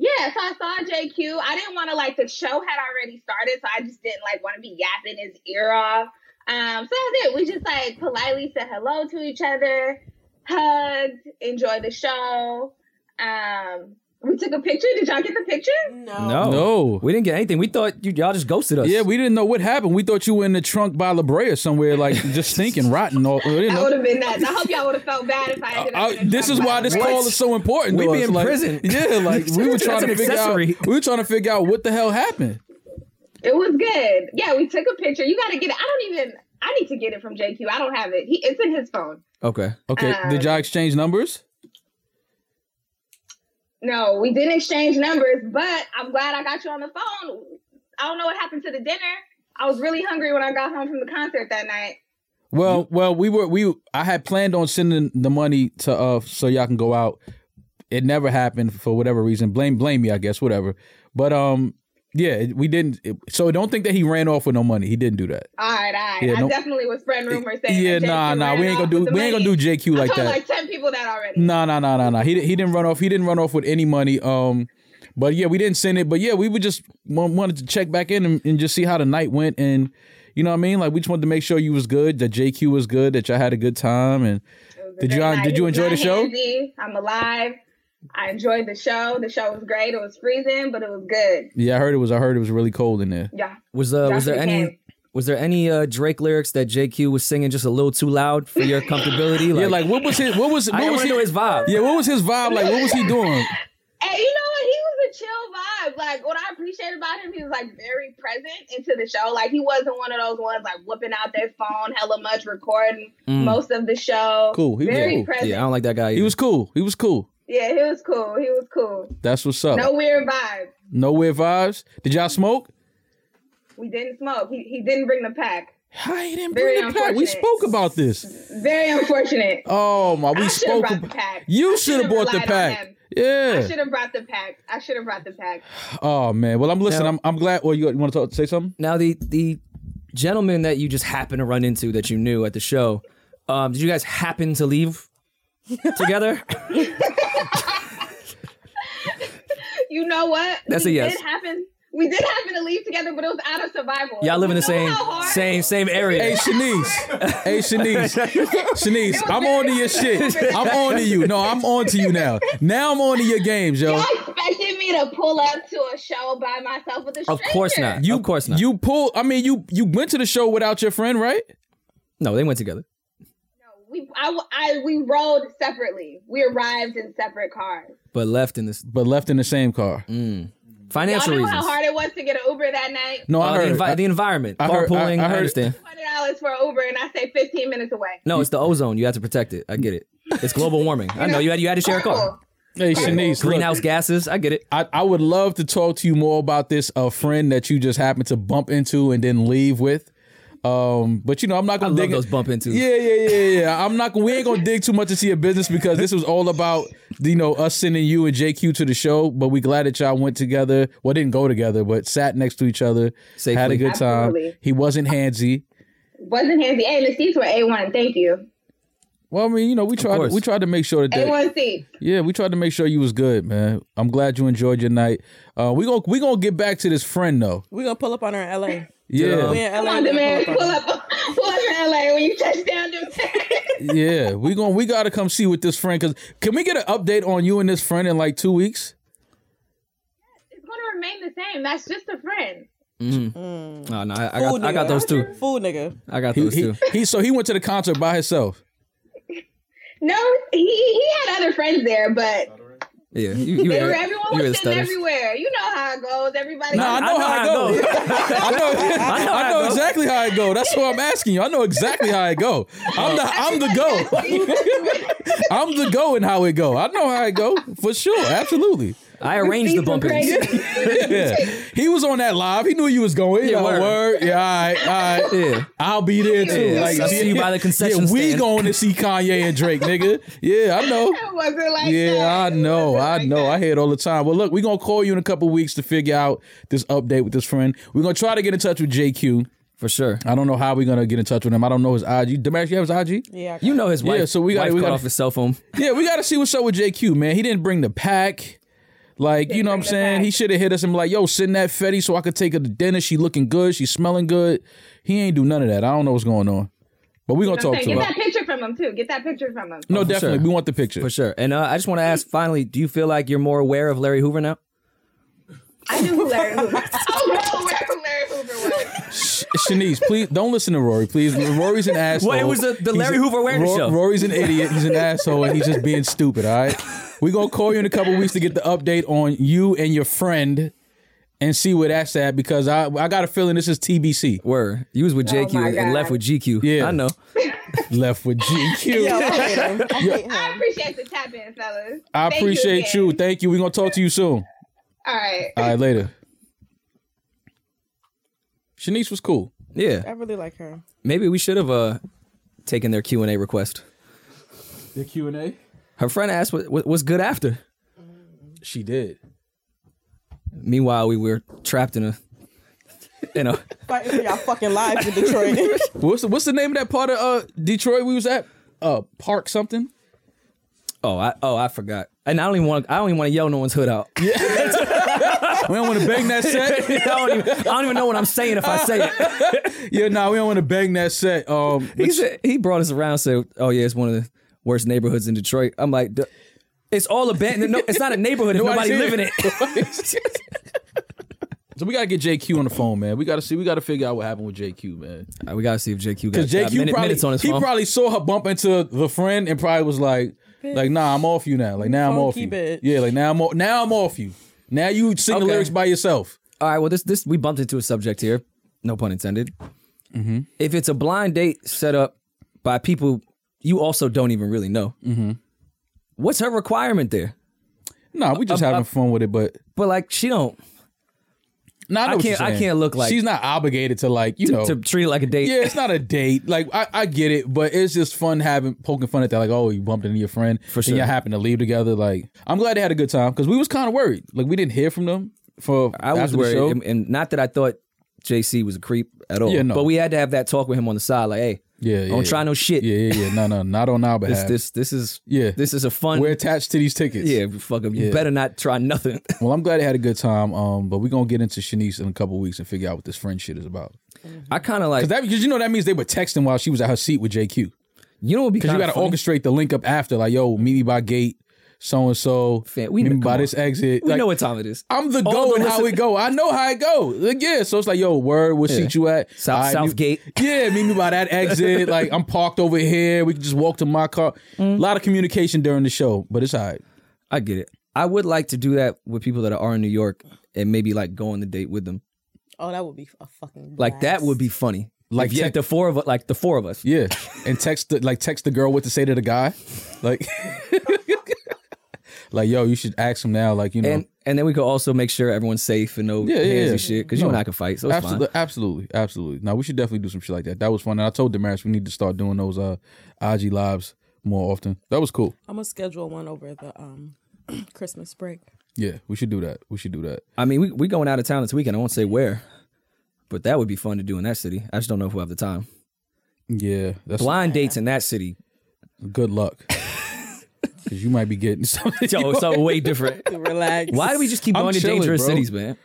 Yeah, so I saw JQ. I didn't want to like the show had already started, so I just didn't like want to be yapping his ear off. Um, so that's it. We just like politely said hello to each other, hugged, enjoyed the show. Um, we took a picture. Did y'all get the picture? No. No. No. Oh, We didn't get anything. We thought you, y'all just ghosted us. yeah, we didn't know what happened. We thought you were in the trunk by La Brea somewhere, like just stinking, rotten. All, you That know. would have been that. I hope y'all would have felt bad if I ended up. I, in a this is truck why by this the call road. is so important. We'd to be us. in Like, prison. Yeah, like we were That's trying an to figure out. accessory. We were trying to figure out what the hell happened. It was good. Yeah, we took a picture. You got to get it. I don't even. I need to get it from JQ. I don't have it. He, it's in his phone. Okay. Okay, Um, did y'all exchange numbers? No, we didn't exchange numbers, but I'm glad I got you on the phone. I don't know what happened to the dinner. I was really hungry when I got home from the concert that night. Well, well, we were we. I had planned on sending the money to uh so y'all can go out. It never happened for whatever reason. Blame blame me, I guess. Whatever. But um, yeah, it- we didn't. It, so don't think that he ran off with no money. He didn't do that. All right, all right. Yeah, I no- definitely was spreading rumors saying. yeah, that JQ nah, nah. ran We ain't off gonna do. with the We ain't money. gonna do JQ I like told that. like ten people that already. No, no, no, no, no. He di- he didn't run off. He didn't run off with any money. Um, but yeah, we didn't send it. But yeah, we would just wa- wanted to check back in and, and just see how the night went. And you know what I mean? Like we just wanted to make sure you was good, that JQ was good, that y'all had a good time. And It was a Did great you- night. did you It was enjoy the not show? handy. I'm alive. I enjoyed the show. The show was great. It was freezing, but it was good. yeah, I heard it was. I heard it was really cold in there. Yeah. Was uh was there Joshua any came. was there any uh Drake lyrics that JQ was singing just a little too loud for your comfortability? Like, yeah, like what was his? What was? I What was want to know his? his vibe. Yeah, what was his vibe like? What was he doing? Hey, you know what? He was a chill vibe. Like what I appreciate about him, he was like very present into the show. Like he wasn't one of those ones like whipping out their phone hella much, recording Mm. most of the show. Cool. He was very cool. present. Yeah, I Yeah, don't like that guy. He was cool. He was cool. he was cool. He was cool. That's what's up. Oh. No weird vibe. No weird vibes. Did y'all smoke? We didn't smoke. He he didn't bring the pack. I didn't Very bring the pack. We unfortunate. spoke about this. Very unfortunate. Oh my, we I should have spoke. brought the About, pack. you I should have brought the relied on pack. him. I Yeah. should have brought the pack. I should have brought the pack. Oh man. Well, I'm listening. Now- I'm, I'm glad. Well, you, you want to talk, say something? now the the gentleman that you just happened to run into that you knew at the show, um, did you guys happen to leave together? You you know what? That's we a yes. Did happen, we did happen to leave together, but it was out of survival. Y'all live in You the know same how hard- same same Hey area. Shanice, hey Shanice, Shanice, I'm on to your shit. I'm on to you. No, I'm on to you now. Now I'm on to your games, yo. Y'all expected me to pull up to a show by myself with a Of stranger. course not. You of course not. You pull. I mean, you you went to the show without your friend, right? no, they went together. No, we I, I we rolled separately. We arrived in separate cars. But left in this But left in the same car. mm. Y'all financial know reasons. how hard it was to get an Uber that night. No, Uh, I the, heard. envi- I- the environment, I heard- I- carpooling. I, I heard- understand. Hundred dollars for an Uber, and I say fifteen minutes away. No, it's the ozone. You have to protect it. I get it. It's global warming. I know you had you had to share a car. hey Shanice, look, Greenhouse gases. I get it. I, I would love to talk to you more about this a friend that you just happened to bump into and then leave with. Um, but you know, I'm not I gonna love dig those bump into. Yeah, yeah, yeah, yeah. I'm not. gonna We ain't gonna dig too much into your business because this was all about you know us sending you and JQ to the show. But we glad that y'all went together. Well, didn't go together, but sat next to each other, had Safely. a good time. Absolutely. He wasn't handsy. Wasn't handy. Hey, the seats were A one. Thank you. Well, I mean, you know, we tried. course. We tried to make sure that, A that one seats. Yeah, we tried to make sure you was good, man. I'm glad you enjoyed your night. Uh, we gon' we gonna get back to this friend though. We're gonna pull up on her in LA. Yeah, We in LA. Come on, we the gonna man. pull up Pull on her. up, pull up in LA when you touch down. them- yeah. We going we gotta come see with this friend. Cause can we get an update on you and this friend in like two weeks? it's going to remain the same. That's just a friend. Oh, No, no, I, I got Food I got nigga. those two. Fool nigga. I got He, those he, two. he so he went to the concert by himself. No, he he had other friends there, but Yeah, you, you they were, hear it. everyone You was hear the sitting stutters. everywhere. You know how it goes. Everybody. Nah, I know how it goes. I know, I know, how it go. exactly how it go. That's what I'm asking you. I know exactly how it go. I'm the I'm the go. I'm the go in how it go. I know how it go for sure. Absolutely. I arranged the Seats were bump ins. crazy. Yeah. He was on that live. He knew you was going. Yeah, word. word. Yeah, all right, all right. Yeah. I'll be there too. Yeah, I'll see you by the concession Yeah, we stand. going to see Kanye and Drake, nigga. Yeah, I know. It wasn't like Yeah, I that. It know. wasn't I like know. that. I hear it all the time. Well, look, we're going to call you in a couple weeks to figure out this update with this friend. We're going to try to get in touch with JQ. for sure. I don't know how we're going to get in touch with him. I don't know his IG. Demash, you have his IG? Yeah. I You know his wife. Yeah, so we gotta- wife we cut gotta- off his cell phone. Yeah, we got to see what's up with JQ, man. He didn't bring the pack. Like, you know what I'm bring the saying? pack. He should have hit us and be like, yo, send that Fetty so I could take her to dinner. She looking good. She smelling good. He ain't do none of that. I don't know what's going on. But we're going to I'm talk saying, to Get him. that picture from him too. Get that picture from him. No, for definitely. sure. We want the picture. For sure. And uh, I just want to ask finally, do you feel like you're more aware of Larry Hoover now? I knew who Larry Hoover. I was aware who Larry Hoover was. Sh- Shanice, please don't listen to Rory. Please, Rory's an asshole. Well, it was the- the Larry He's- Hoover awareness show. Rory's an idiot. He's an asshole, and he's just being stupid. All right, we gonna call you in a couple weeks to get the update on you and your friend, and see where that's at because I I got a feeling this is TBC. Were you was with JQ Oh my and- and God. left with GQ? Yeah. I know. Left with GQ. hate him. I hate him. I appreciate the tap in, fellas. I Thank appreciate again. you. Thank you. We gonna talk to you soon. All right. All right, later. Shanice was cool. Yeah, I really like her. maybe we should have uh taken their Q and A request. The Q and A. Her friend asked what, what what's good after. She did. Meanwhile, we were trapped in a in a Fighting for y'all fucking lives in Detroit. What's the, what's the name of that part of uh, Detroit we was at? Uh, Park something. oh I oh I forgot. And I don't even want I don't even want to yell no one's hood out. We don't want to bang that set. I, don't even, I don't even know what I'm saying if I say it. Yeah, nah, we don't want to bang that set. Um, He said he brought us around. Said, "Oh yeah, it's one of the worst neighborhoods in Detroit." I'm like, "Duh, "It's all abandoned. No, it's not a neighborhood. If Nobody's nobody here." living it." so we gotta get JQ on the phone, man. We gotta see. We gotta figure out what happened with JQ, man. All right, we gotta see if JQ got, Because got JQ minute, probably minutes on his he phone. probably saw her bump into the friend and probably was like, like, nah, I'm off you now. Like now I'm off Funky you. bitch. Yeah, like now I'm off. Now I'm off you. Now you sing the Okay. lyrics by yourself. All right, well this this we bumped into a subject here, no pun intended. If it's a blind date set up by people you also don't even really know, what's her requirement there? Nah, we just having fun with it, but But like she don't nah, I, know I what you're can't- I saying. can't look like- she's not obligated to like you know to treat it like a date. Yeah, it's not a date. Like I, I get it, but it's just fun having poking fun at that. Like, oh, you bumped into your friend, for sure. And y'all happen to leave together. Like, I'm glad they had a good time because we was kind of worried. Like, we didn't hear from them for I was after worried, The show. and, and not that I thought JC was a creep at all. Yeah, no. But we had to have that talk with him on the side, like, hey, Yeah, yeah. Don't try no shit. Yeah, yeah, yeah. No, no, not on our This behalf. this this is yeah, this is a fun. we're attached to these tickets. yeah, fuck 'em. You Yeah. better not try nothing. Well, I'm glad I had a good time. Um, but we're gonna get into Shanice in a couple weeks and figure out what this friend shit is about. I kind of like Because that because you know that means they were texting while she was at her seat with JQ. you know what would be Because you kinda got to funny? orchestrate the link up after, like, yo, meet me by gate, so and so. Fan- we Meet me kn- by come this exit. We Like, know what time it is. I'm the all go the and how listen- it go. I know how it go. Like, yeah, so it's like, yo, word, what seat you at? South I knew- Southgate. Yeah, meet me by that exit. like I'm parked over here. We can just walk to my car. Mm. A lot of communication during the show, but it's all right. I get it. I would like to do that with people that are in New York and maybe like go on the date with them. Oh, that would be a fucking Like that blast. would be funny. Like Like yeah, check- the four of us. Like the four of us. Yeah, and text the, like text the girl what to say to the guy, like, like yo, you should ask him now, like you know, And and then we could also make sure everyone's safe and no Yeah, yeah, hands yeah. and shit because you No. and I can fight, so it's absolutely, absolutely, absolutely. Now we should definitely do some shit like that. That was fun, and I told Damaris we need to start doing those uh IG lives more often. That was cool. I'm gonna schedule one over the um Christmas break. Yeah, we should do that. We should do that. fine. I mean, we we going out of town this weekend. I won't say where, but that would be fun to do in that city. I just don't know if we'll have the time. Yeah, that's Blind dates in that city, good luck, because you might be getting something. yo, it's all way different. Relax. Why do we just keep I'm going to chilling, dangerous bro. cities, man?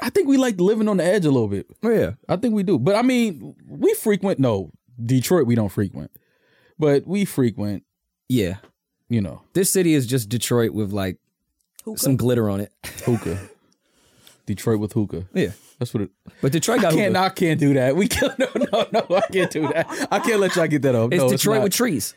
I think we like living on the edge a little bit. Oh, Yeah, I think we do. But I mean, we frequent no Detroit. We don't frequent, but we frequent. yeah. You know, This city is just Detroit with like Hookah. some glitter on it. hookah. Detroit with hookah. Yeah, That's what it. but Detroit got Can't. hookah. I can't do that. We can't. No, no, no. I can't do that. I can't let y'all get that up. It's no, Detroit not. with trees.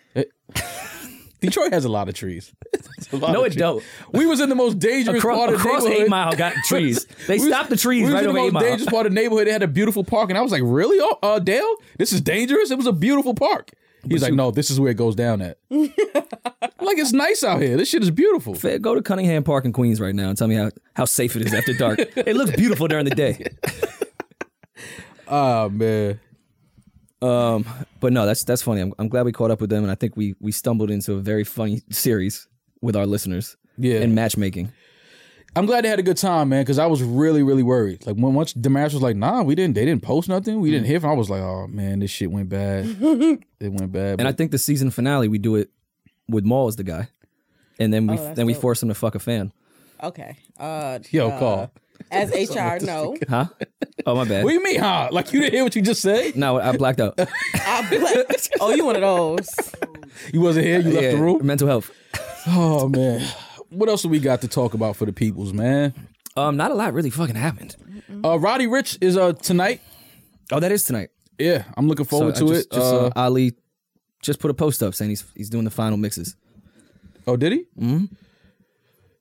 Detroit has a lot of trees. It's a lot No, of it trees. don't. We was in the most dangerous Across, part of the across neighborhood. Eight Mile got trees. They We was- stopped the trees we was right in over the most Eight Mile. dangerous part of the neighborhood. They had a beautiful park, and I was like, "Really, oh, uh, Dale? This is dangerous. It was a beautiful park." He's like, "No, this is where it goes down at." like it's nice out here. This shit is beautiful. Fair- Go to Cunningham Park in Queens right now and tell me how, how safe it is after dark. it looks beautiful during the day. Oh man, Um, but no, that's that's funny. I'm, I'm glad we caught up with them, and I think we we stumbled into a very funny series with our listeners yeah. and matchmaking. I'm glad they had a good time, man, because I was really, really worried. Like when once Damaris was like, "Nah, we didn't. They didn't post nothing. We didn't Mm. hear from." I was like, "Oh man, this shit went bad. it went bad." And I think the season finale we do it with Maul as the guy, and then we Oh, that's then we dope. force him to fuck a fan. Okay. Uh, Yo, uh, call. As HR, no. Huh? Oh my bad. what do you mean, huh? Like you didn't hear what you just said? no, I blacked out. I'll be like, oh, you one of those? You wasn't here. You left Yeah, the room. Mental health. Oh man, what else do we got to talk about for the peoples, man? Um, not a lot really fucking happened. Uh, Roddy Rich is uh tonight. Oh, that is tonight. Yeah, I'm looking forward So I to just- it. Just, Uh, uh, Ali just put a post up saying he's he's doing the final mixes. oh, did he? Mm-hmm.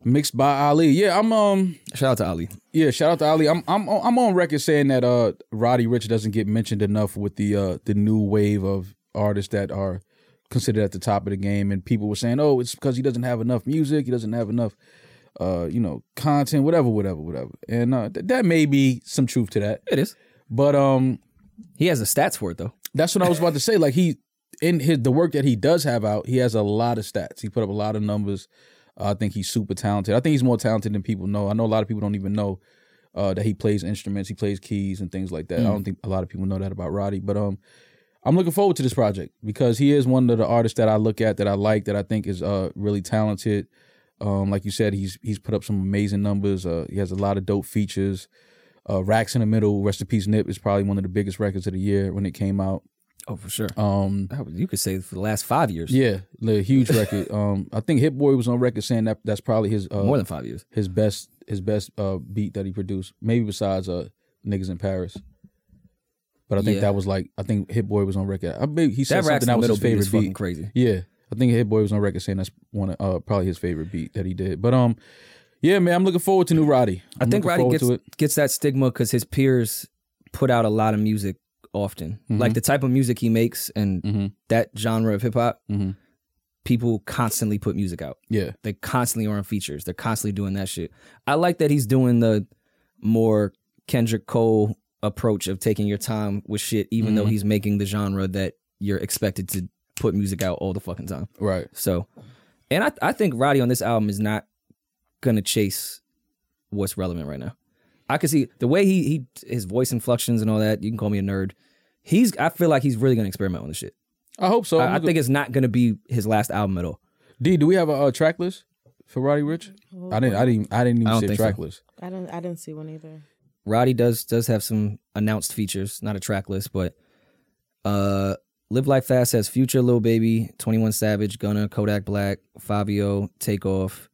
Mixed by Ali. Yeah, I'm um. Shout out to Ali. Yeah, shout out to Ali. I'm I'm I'm on record saying that uh Roddy Rich doesn't get mentioned enough with the uh the new wave of artists that are considered at the top of the game, and people were saying, oh, it's because he doesn't have enough music, he doesn't have enough, uh, you know, content, whatever, whatever, whatever. And uh, th- that may be some truth to that, It is. but um, He has the stats for it though. That's what I was about to say. Like he in his the work that he does have out, he has a lot of stats. He put up a lot of numbers. Uh, I think he's super talented. I think he's more talented than people know. I know a lot of people don't even know uh, that he plays instruments. He plays keys and things like that. I don't think a lot of people know that about Roddy. But um, I'm looking forward to this project because he is one of the artists that I look at that I like that I think is uh really talented. Um, like you said, he's he's put up some amazing numbers. Uh, he has a lot of dope features. Uh, Racks in the Middle, Rest in Peace Nip is probably one of the biggest records of the year when it came out. Oh, for sure. Um, Oh, You could say for the last five years. yeah, the huge record. Um, I think Hit Boy was on record saying that that's probably his uh, More than five years. his best his best uh beat that he produced. Maybe besides uh Niggas in Paris, but I think Yeah. that was like I think Hit Boy was on record. I maybe he said That something racks in the that was middle his beat is favorite fucking beat. crazy. Yeah, I think Hit Boy was on record saying that's one of, uh probably his favorite beat that he did. But um, yeah, man, I'm looking forward to new Roddy. I I'm think looking Roddy forward gets to it. gets that stigma because his peers put out a lot of music often, Mhm. like the type of music he makes and Mhm. that genre of hip hop. Mhm. People constantly put music out. Yeah, They constantly are on features. They're constantly doing that shit. I like that he's doing the more Kendrick Cole approach of taking your time with shit, even though Mhm. he's making the genre that you're expected to put music out all the fucking time. right. So, and I, I think Roddy on this album is not gonna chase what's relevant right now. I can see the way he he his voice inflections and all that. You can call me a nerd. He's. I feel like he's really gonna experiment on this shit. I hope so. I, I think it's not gonna be his last album at all. D, do we have a, uh track list for Roddy Rich? I didn't. I didn't. I didn't even I don't see a think track so. list. I didn't. I didn't see one either. Roddy does does have some announced features, not a track list, but uh Live Life Fast has Future, Lil Baby, 21 Savage, Gunna, Kodak Black, Fabio, Takeoff,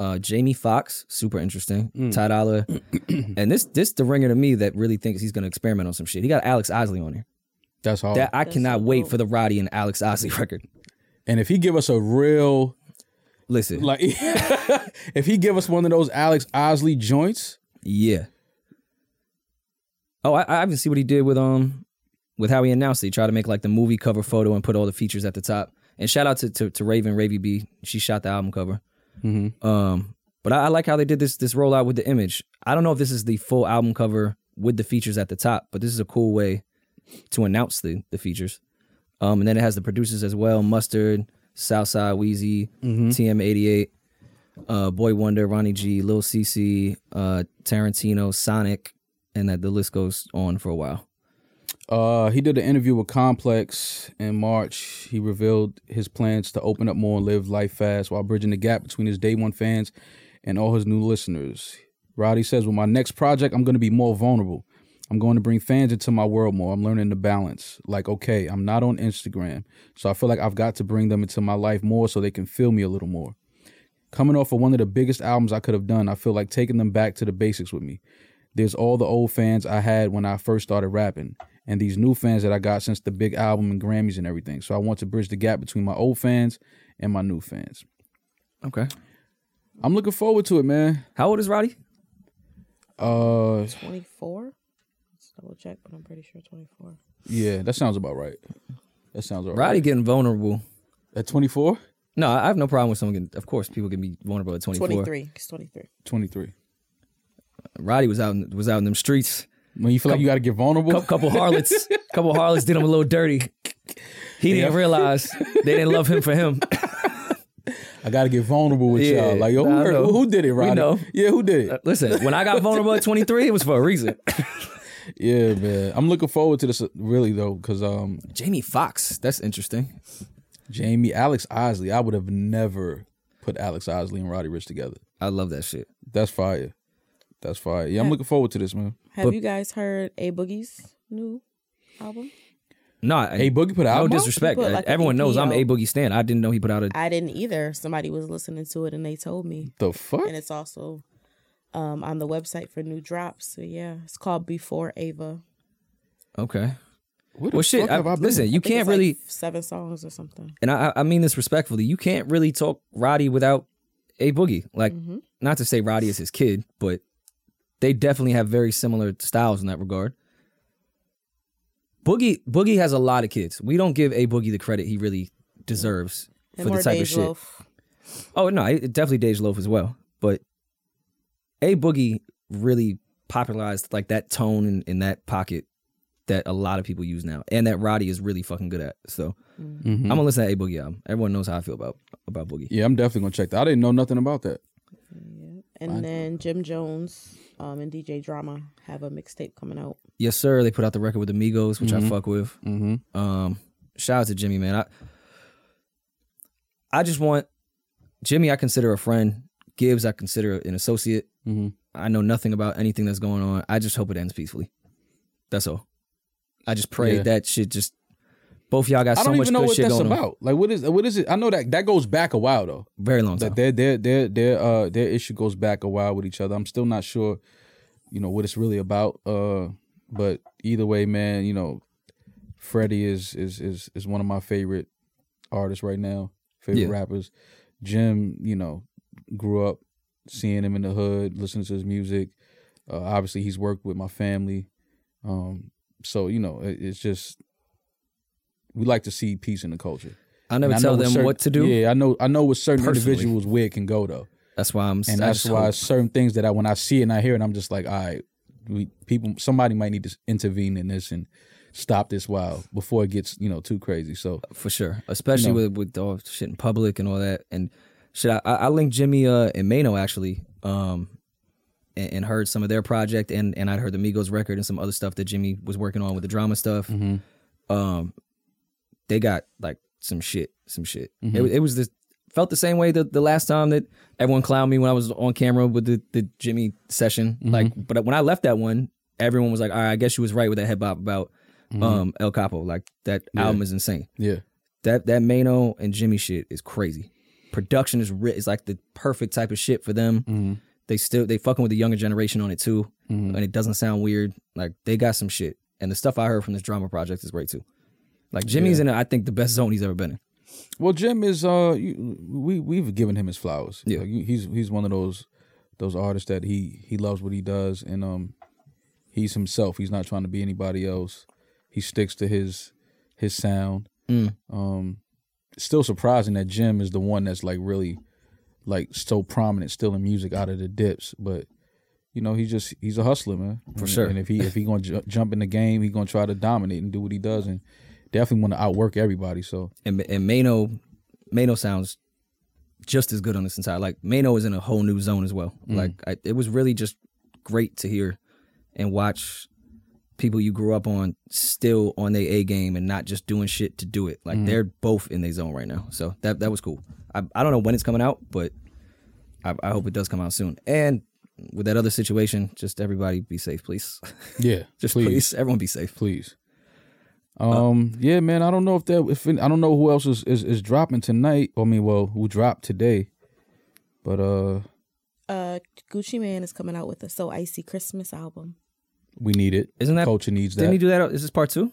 uh Jamie Foxx, super interesting, Mm. Ty Dolla. and this this the ringer to me that really thinks he's gonna experiment on some shit. He got Alex Osley on here. That's hard. That I That's cannot so wait dope. for the Roddy and Alex Osley record. and if he give us a real Listen, like, if he give us one of those Alex Osley joints, yeah. Oh, I, I even see what he did with um with how he announced it. He tried to make like the movie cover photo and put all the features at the top. And shout out to to, to Raven Ravy B. She shot the album cover. mm-hmm. Um, but I, I like how they did this this rollout with the image. I don't know if this is the full album cover with the features at the top, but this is a cool way to announce the the features. Um, and then it has the producers as well: Mustard, Southside, Wheezy, TM88, uh, Boy Wonder, Ronnie G, Lil CC, uh, Tarantino, Sonic, and that the list goes on for a while. Uh, he did an interview with Complex in March. He revealed his plans to open up more and live life fast while bridging the gap between his day one fans and all his new listeners. Roddy says, With my next project, I'm going to be more vulnerable. I'm going to bring fans into my world more. I'm learning the balance. Like, okay, I'm not on Instagram, so I feel like I've got to bring them into my life more so they can feel me a little more. Coming off of one of the biggest albums I could have done, I feel like taking them back to the basics with me. There's all the old fans I had when I first started rapping, and these new fans that I got since the big album and Grammys and everything. So I want to bridge the gap between my old fans and my new fans. Okay. I'm looking forward to it, man. How old is Roddy? Uh, Twenty four. Let's double check, but I'm pretty sure twenty four. yeah, that sounds about right. That sounds all right. Roddy getting vulnerable. At 24, No, I have no problem with someone. Getting, of course, people can be vulnerable at twenty Twenty four. three. It's twenty three. 23. Roddy was out in, was out in them streets. When you feel like you got to get vulnerable, couple, couple harlots, couple harlots did him a little dirty. He didn't Yeah. realize they didn't love him for him. I got to get vulnerable with Yeah, y'all. Like, yo, who, nah, I heard- know. who did it, We Roddy? know. Yeah, who did it? Listen, when I got vulnerable at 23, it was for a reason. yeah, man. I'm looking forward to this uh, really though, because um, Jamie Foxx, that's interesting. Jamie, Alex Osley, I would have never put Alex Osley and Roddy Rich together. I love that shit. That's fire. That's fire. Yeah, I'm looking forward to this, man. Have But- you guys heard A Boogie's new album? No, Hey, I Boogie put an no album out. disrespect. Put like an Everyone knows I'm EP a out. boogie stan. I didn't know he put out a. I didn't either. Somebody was listening to it and they told me. The fuck? And it's also um, on the website for new drops. So yeah, it's called Before Ava. Okay. What the Well, shit. fuck I- have I been? listen, you I think can't it's, like, really. seven songs or something. and I, I mean this respectfully, you can't really talk Roddy without a boogie. Like, not to say Roddy is his kid, but they definitely have very similar styles in that regard. Boogie Boogie has a lot of kids. We don't give a boogie the credit he really deserves for And the more type Dej of shit. Loaf. Oh no, it, it definitely Dej Loaf as well. But a boogie really popularized like that tone in, in that pocket that a lot of people use now, and that Roddy is really fucking good at. So. Mhm. I'm gonna listen to A Boogie album. Everyone knows how I feel about about Boogie. yeah, I'm definitely gonna check that. I didn't know nothing about that. And then Jim Jones um, and DJ Drama have a mixtape coming out. Yes, sir. They put out the record with Amigos, which I fuck with. Mm-hmm. Um, shout out to Jimmy, man. I I just want Jimmy. I consider a friend. Gibbs, I consider an associate. Mhm. I know nothing about anything that's going on. I just hope it ends peacefully. That's all. I just pray Yeah. that shit just. Both y'all got I so don't much even know good what shit that's going on. about. Like, what is what is it? I know that that goes back a while though. Very long time. That their their their their uh their issue goes back a while with each other. I'm still not sure, you know, what it's really about. Uh, but either way, man, you know, Freddie is is is is one of my favorite artists right now, favorite Yeah. rappers. Jim, you know, grew up seeing him in the hood, listening to his music. Uh, obviously, he's worked with my family, um, so you know, it, it's just we like to see peace in the culture. I never And I tell know with them certain- what to do. Yeah, I know. I know with certain Personally. individuals where it can go though, That's why I'm. and I that's just why hope- certain things that I when I see and I hear it, I'm just like, all right, we people, somebody might need to intervene in this and stop this while before it gets you know too crazy. So for sure, especially know. with with all shit in public and all that. And shit, I, I I linked Jimmy uh, and Mano actually, um, and, and heard some of their project, and and I'd heard the Migos record and some other stuff that Jimmy was working on with the drama stuff. Mm-hmm. um, they got like some shit, some shit. Mhm. It, wa- it was this felt the same way the, the last time that everyone clowned me when I was on camera with the, the Jimmy session. Mm-hmm. Like, but when I left that one, everyone was like, "All right, I guess you was right with that head bop about um El Capo. Like that Mm-hmm. Yeah. album is insane. Yeah. That that Mano and Jimmy shit is crazy. Production is ri- is like the perfect type of shit for them. Mhm. They still they fucking with the younger generation on it too, Mhm. and it doesn't sound weird. Like they got some shit, and the stuff I heard from this drama project is great too. Like Jimmy's in, I think, the best zone he's ever been in. Well, Jim is uh, you, we we've given him his flowers. Yeah. Like, he's he's one of those those artists that he he loves what he does, and um, he's himself. He's not trying to be anybody else. He sticks to his his sound. Mm. Um, still surprising that Jim is the one that's like really like so prominent still in music out of the dips, but. You know, he just he's a hustler, man. For sure. And if he if he gonna ju- jump in the game, he gonna try to dominate and do what he does, and definitely want to outwork everybody. So And and Mano, Mano sounds just as good on this entire. Like Mano is in a whole new zone as well. Mm. Like I, it was really just great to hear and watch people you grew up on still on their A game and not just doing shit to do it. Like Mm. they're both in their zone right now. So that that was cool. I, I don't know when it's coming out, but I, I hope it does come out soon. And with that other situation, just everybody be safe, please. yeah, just please. please, Uh, everyone be safe. please. Um, yeah, man. I don't know if that if I don't know who else is is, is dropping tonight. I mean, well, who dropped today? But uh, Uh, Gucci Man is coming out with a So Icy Christmas album. we need it. Isn't that Culture needs Didn't that. he do that? Is this part two?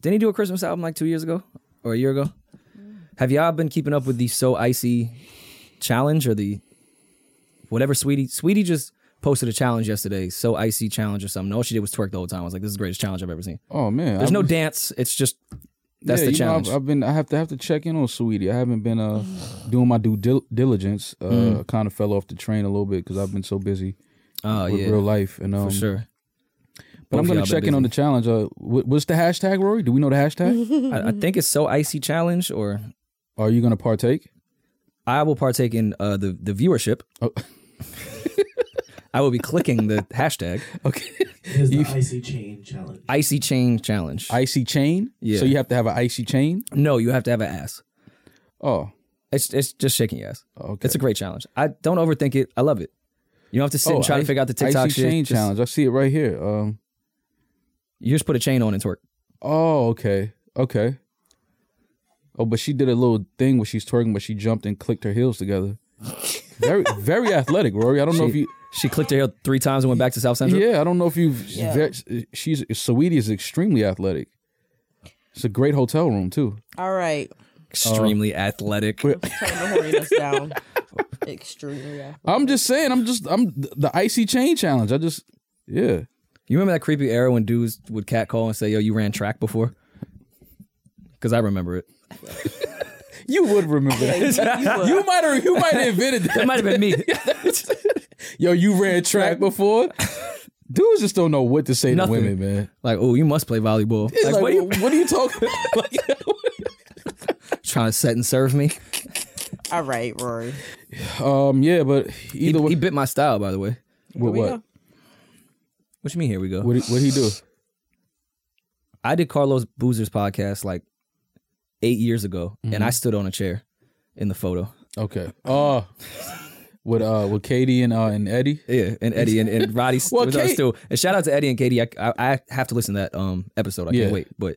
Didn't he do a Christmas album like two years ago or a year ago? Have y'all been keeping up with the So Icy challenge or the whatever Sweetie? Sweetie just posted a challenge yesterday, So Icy challenge or something. All she did was twerk the whole time. I was like, this is the greatest challenge I've ever seen. oh man, There's I- no dance. It's just that's the yeah, you know, challenge. I've, I've been. I have to have to check in on Sweetie. I haven't been uh doing my due dil- diligence. Uh, Hmm. kind of fell off the train a little bit because I've been so busy oh with yeah, real life. And um, for sure. but I'm Both of gonna y'all been check in on the busy. challenge. Uh, wh- what's the hashtag, Rory? Do we know the hashtag? I, I think it's So Icy challenge, or Are you gonna partake? I will partake in uh, the the viewership. Oh. I will be clicking the hashtag Okay. It is the icy chain challenge. Icy Chain Challenge. Icy chain. Yeah. So you have to have an icy chain. No, you have to have an ass. Oh. It's it's just shaking your ass. Okay. Oh, It's a great challenge. I don't overthink it. I love it. You don't have to sit and try I- to figure out the TikTok icy shit. chain Just- challenge. I see it right here. Um. You just put a chain on and twerk. Oh, okay, okay. Oh, but she did a little thing where she's twerking, but she jumped and clicked her heels together. very, very athletic, Rory. I don't know if She- you. She clicked her heel three times and went back to South Central. Yeah, I don't know if you've. ve- She's Saweetie is extremely athletic. It's a great hotel room too. All right, Extremely athletic. turn the horniness down. Extremely. Yeah. I'm just saying. I'm just. I'm the icy chain challenge. I just. Yeah. You remember that creepy era when dudes would catcall and say, "Yo, you ran track before?" Because I remember it. You would remember that. you might have. You might have invented that. That might have been me. Yo, you ran track before. Dudes just don't know what to say Nothing. to women, man. like, oh, you must play volleyball. Like, It's like, what are you what are you talking about? trying to set and serve me? All right, Rory. um, yeah, but He, either way, he bit my style, by the way. what, Here we what? go. What you mean? Here we go. What he, what he do? I did Carlos Boozer's podcast like eight years ago, and Mhm. I stood on a chair in the photo. Okay. Uh with uh with Katie and uh and Eddie. Yeah, and Eddie and, and Roddy Well, well, Kate- still. And shout out to Eddie and Katie. I, I, I have to listen to that um episode. I Yeah. can't wait. But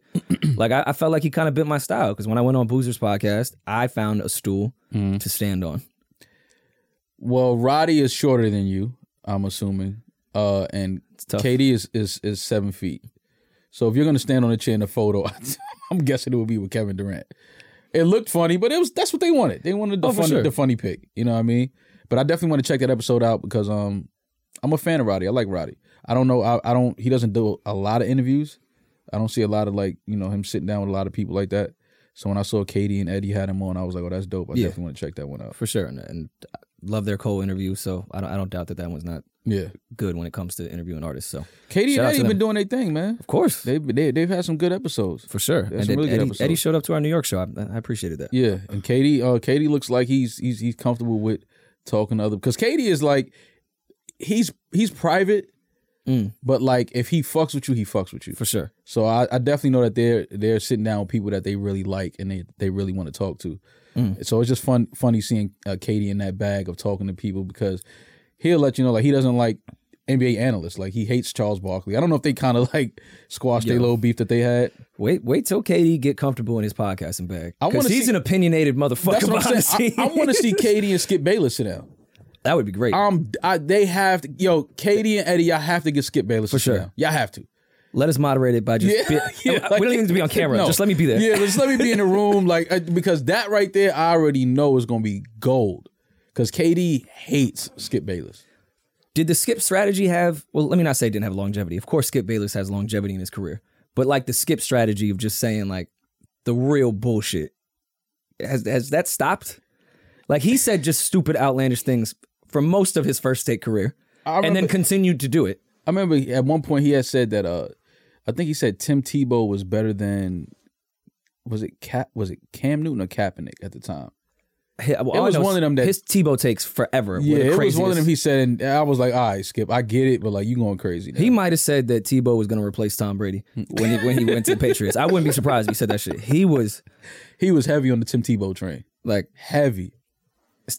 like I, I felt like he kind of bit my style because when I went on Boozer's podcast, I found a stool Mm. to stand on. Well, Roddy is shorter than you, I'm assuming. Uh and tough. Katie is is is seven feet. So if you're gonna stand on a chair in a photo, I'm guessing it would be with Kevin Durant. It looked funny, but it was that's what they wanted. They wanted the Oh, for funny sure. the funny pick. You know what I mean? But I definitely want to check that episode out because um I'm a fan of Roddy. I like Roddy. I don't know. I, I don't. He doesn't do a lot of interviews. I don't see a lot of like you know him sitting down with a lot of people like that. So when I saw Katie and Eddie had him on, I was like, oh, that's dope. I Yeah. definitely want to check that one out. for sure, and, and I love their co interview. So I don't I don't doubt that that one's not Yeah, good when it comes to interviewing artists. So of Katie Shout out and Eddie to have been them. doing their thing, man. course, They they they've had some good episodes. for sure. There's and some then really good Eddie, episodes. Eddie showed up to our New York show. I, I appreciated that. Yeah, and Katie, uh, Katie looks like he's he's he's comfortable with talking to other because Katie is like he's he's private, Mm. But like, if he fucks with you, he fucks with you. for sure. So I, I definitely know that they're they're sitting down with people that they really like and they, they really want to talk to. Mm. So it's just fun funny seeing uh, Katie in that bag of talking to people because he'll let you know like he doesn't like NBA analysts like he hates Charles Barkley. I don't know if they kind of like squashed their Yeah. little beef that they had. Wait, wait till KD get comfortable in his podcasting bag. I wanna Because he's see- an opinionated motherfucker. That's what I'm behind saying. the I, I scenes. want to see Katie and Skip Bayless sit down. that would be great. Um, I, they have to, yo Katie and Eddie. Y'all have to get Skip Bayless For to sit sure. down. Y'all have to. let us moderate it by just. Yeah, be- yeah, we like- don't even need to be on camera. No. Just let me be there. Yeah, just let me be in the room, like uh, because that right there, I already know is gonna be gold. Because KD hates Skip Bayless. Did the skip strategy have? Well, let me not say it didn't have longevity. Of course, Skip Bayless has longevity in his career, but like the skip strategy of just saying like the real bullshit has has that stopped? Like he said, just stupid, outlandish things for most of his first take career, I remember, and then continued to do it. I remember at one point he had said that. Uh, I think he said Tim Tebow was better than was it Cap was it Cam Newton or Kaepernick at the time. Hi- well, It all I was know is one of them that- his Tebow takes forever. were Yeah, the it was one craziest. of them. He said, and I was like, "All right, Skip, I get it, but like you going crazy." now." He might have said that Tebow was going to replace Tom Brady when he when he went to the Patriots. I wouldn't be surprised if he said that shit. He was he was heavy on the Tim Tebow train, like, heavy.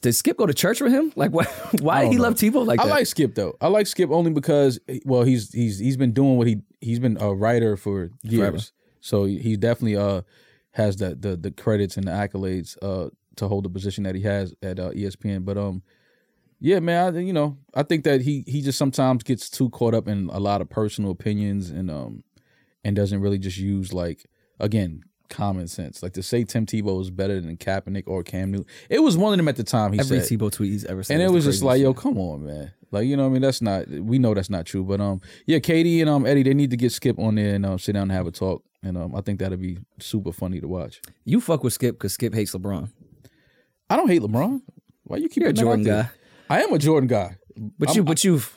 did Skip go to church with him? Like, why? Why did he love Tebow like I that? like Skip though. I like Skip only because eh, well, he's he's he's been doing what he he's been a writer for years. Forever. So he definitely uh has the the the credits and the accolades uh to hold the position that he has at uh, ESPN. But um yeah, man, I, you know, I think that he he just sometimes gets too caught up in a lot of personal opinions and um and doesn't really just use like again common sense. Like to say Tim Tebow is better than Kaepernick or Cam Newton. It was one of them at the time he every said. Tebow tweet he's ever seen. And it is the was just craziest like, yo, shit. come on, man. Like, you know what I mean? That's not we know that's not true. But um yeah, Katie and um Eddie, they need to get Skip on there and um sit down and have a talk. And um I think that'll be super funny to watch. you fuck with Skip because Skip hates LeBron. I don't hate LeBron. Why you keep You're a putting that out Jordan there? guy, I am a Jordan guy. but I'm- you, but you've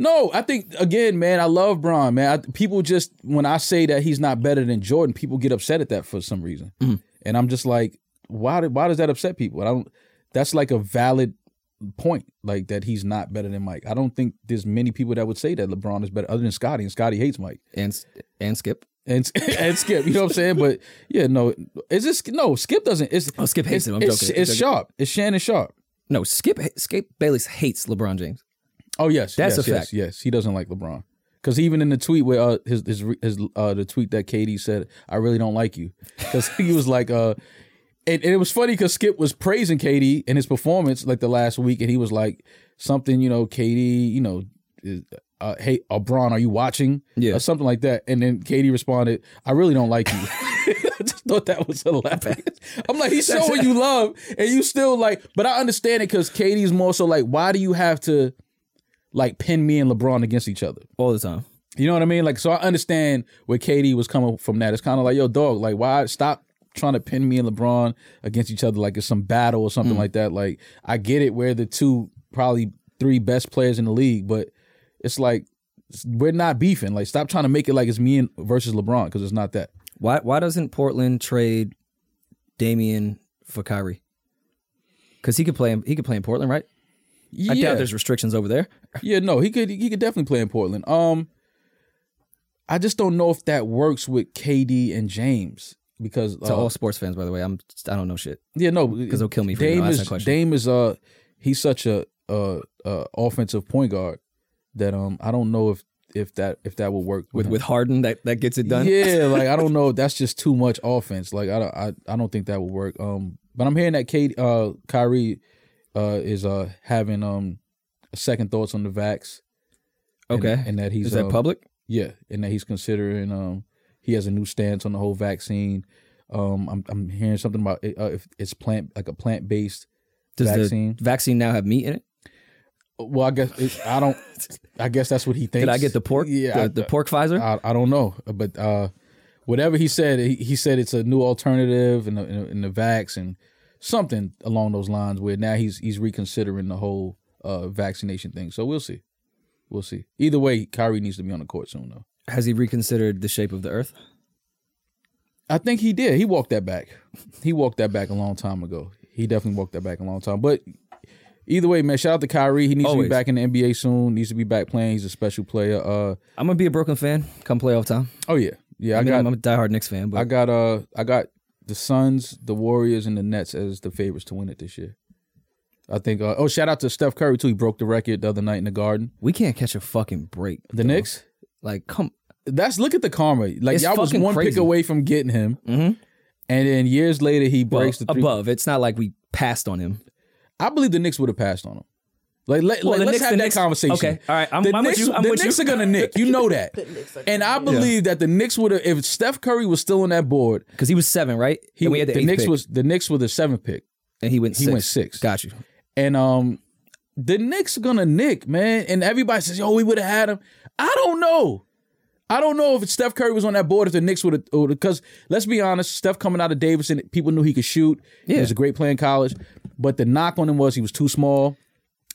No, I think again, man. I love Bron, man. I, people just when I say that he's not better than Jordan, people get upset at that for some reason, Mm-hmm. and I'm just like, why? Did, why does that upset people? And I don't. That's like a valid point, like that he's not better than Mike. I don't think there's many people that would say that LeBron is better, other than Scotty, and Scotty hates Mike and and Skip. and and Skip. You know what I'm saying? But yeah, no, is this no Skip doesn't? It's Oh, Skip hates it's, him. I'm it's, joking. I'm It's joking. Sharp. It's Shannon Sharp. No, Skip Skip Bayless hates LeBron James. Oh yes, That's yes, a yes, fact. Yes, he doesn't like LeBron because even in the tweet where uh, his his, re- his uh, the tweet that Katie said, "I really don't like you," because he was like, uh, and, and it was funny because Skip was praising Katie in his performance like the last week, and he was like something, you know, Katie, you know, is, uh, hey, uh, Braun, are you watching? Yeah. or something like that. And then Katie responded, "I really don't like you." I just thought that was hilarious. I'm like, he's showing you love, and you still like. But I understand it because Katie's more so like, why do you have to like pin me and LeBron against each other? all the time. You know what I mean? Like, so I understand where Katie was coming from. That it's kind of like, yo, dog, like, why stop trying to pin me and LeBron against each other? Like, it's some battle or Mm. something like that. Like, I get it. We're the two, probably three best players in the league, but it's like we're not beefing. Like, stop trying to make it like it's me and versus LeBron because it's not that. Why why doesn't Portland trade Damian for Kyrie? Because he could play in, he could play in Portland, right? Yeah, I doubt there's restrictions over there. yeah, no, he could, he could definitely play in Portland. Um, I just don't know if that works with KD and James because to uh, all sports fans, by the way, I'm I don't know shit yeah, no, because they'll kill me for Dame even asking is that question. Dame is uh he's such a uh, uh offensive point guard that um I don't know if if that if that would work with him. with Harden that that gets it done. Yeah, like I don't know. That's just too much offense. Like I don't, I, I don't think that would work. Um, but I'm hearing that Kate, uh, Kyrie, uh, is uh having um second thoughts on the vax. and- Okay. and, that he's is that uh, public? yeah, and that he's considering um he has a new stance on the whole vaccine. Um, I'm I'm hearing something about it, uh, if it's plant like a plant based Does vaccine. the vaccine now have meat in it? Well, I guess it, I don't. I guess that's what he thinks. Did I get the pork? Yeah, the, the pork Pfizer. I, I don't know, but uh, whatever he said, he, he said it's a new alternative and in the, in the vax and something along those lines. Where now he's he's reconsidering the whole uh, vaccination thing. So we'll see, we'll see. Either way, Kyrie needs to be on the court soon, though. Has he reconsidered the shape of the Earth? I think he did. He walked that back. He walked that back a long time ago. He definitely walked that back a long time. But Either way, man, shout out to Kyrie. He needs to Always. be back in the NBA soon. Needs to be back playing. He's a special player. Uh, I'm gonna be a Brooklyn fan come playoff time. oh yeah, yeah. I I mean, got I'm a diehard Knicks fan, but I got uh I got the Suns, the Warriors, and the Nets as the favorites to win it this year. I think. Uh, oh, shout out to Steph Curry too. He broke the record the other night in the Garden. we can't catch a fucking break. The though. Knicks. like, come. That's look at the karma. Like Uh-huh. It's y'all was fucking one pick crazy. away from getting him, Mhm. and then years later he breaks the three. above. It's not like we passed on him. I believe the Knicks would have passed on him. Like, let, Well, like, the let's Knicks- have the that Knicks- conversation. okay, all right, I'm- the I'm with Knicks, you, I'm the with Knicks you. are gonna nick. You know that. The Knicks are and I gonna believe that the Knicks would have, if Steph Curry was still on that board, Because he was seven, right? he and we had the, the eighth Knicks pick, was the Knicks were the seventh pick, and he went. he six. went six. Got you. and um, the Knicks are gonna nick, man. And everybody says, "Yo, we would have had him." I don't know. I don't know if Steph Curry was on that board if the Knicks would have, because let's be honest, Steph coming out of Davidson, people knew he could shoot. He Yeah. was a great player in college, but the knock on him was he was too small.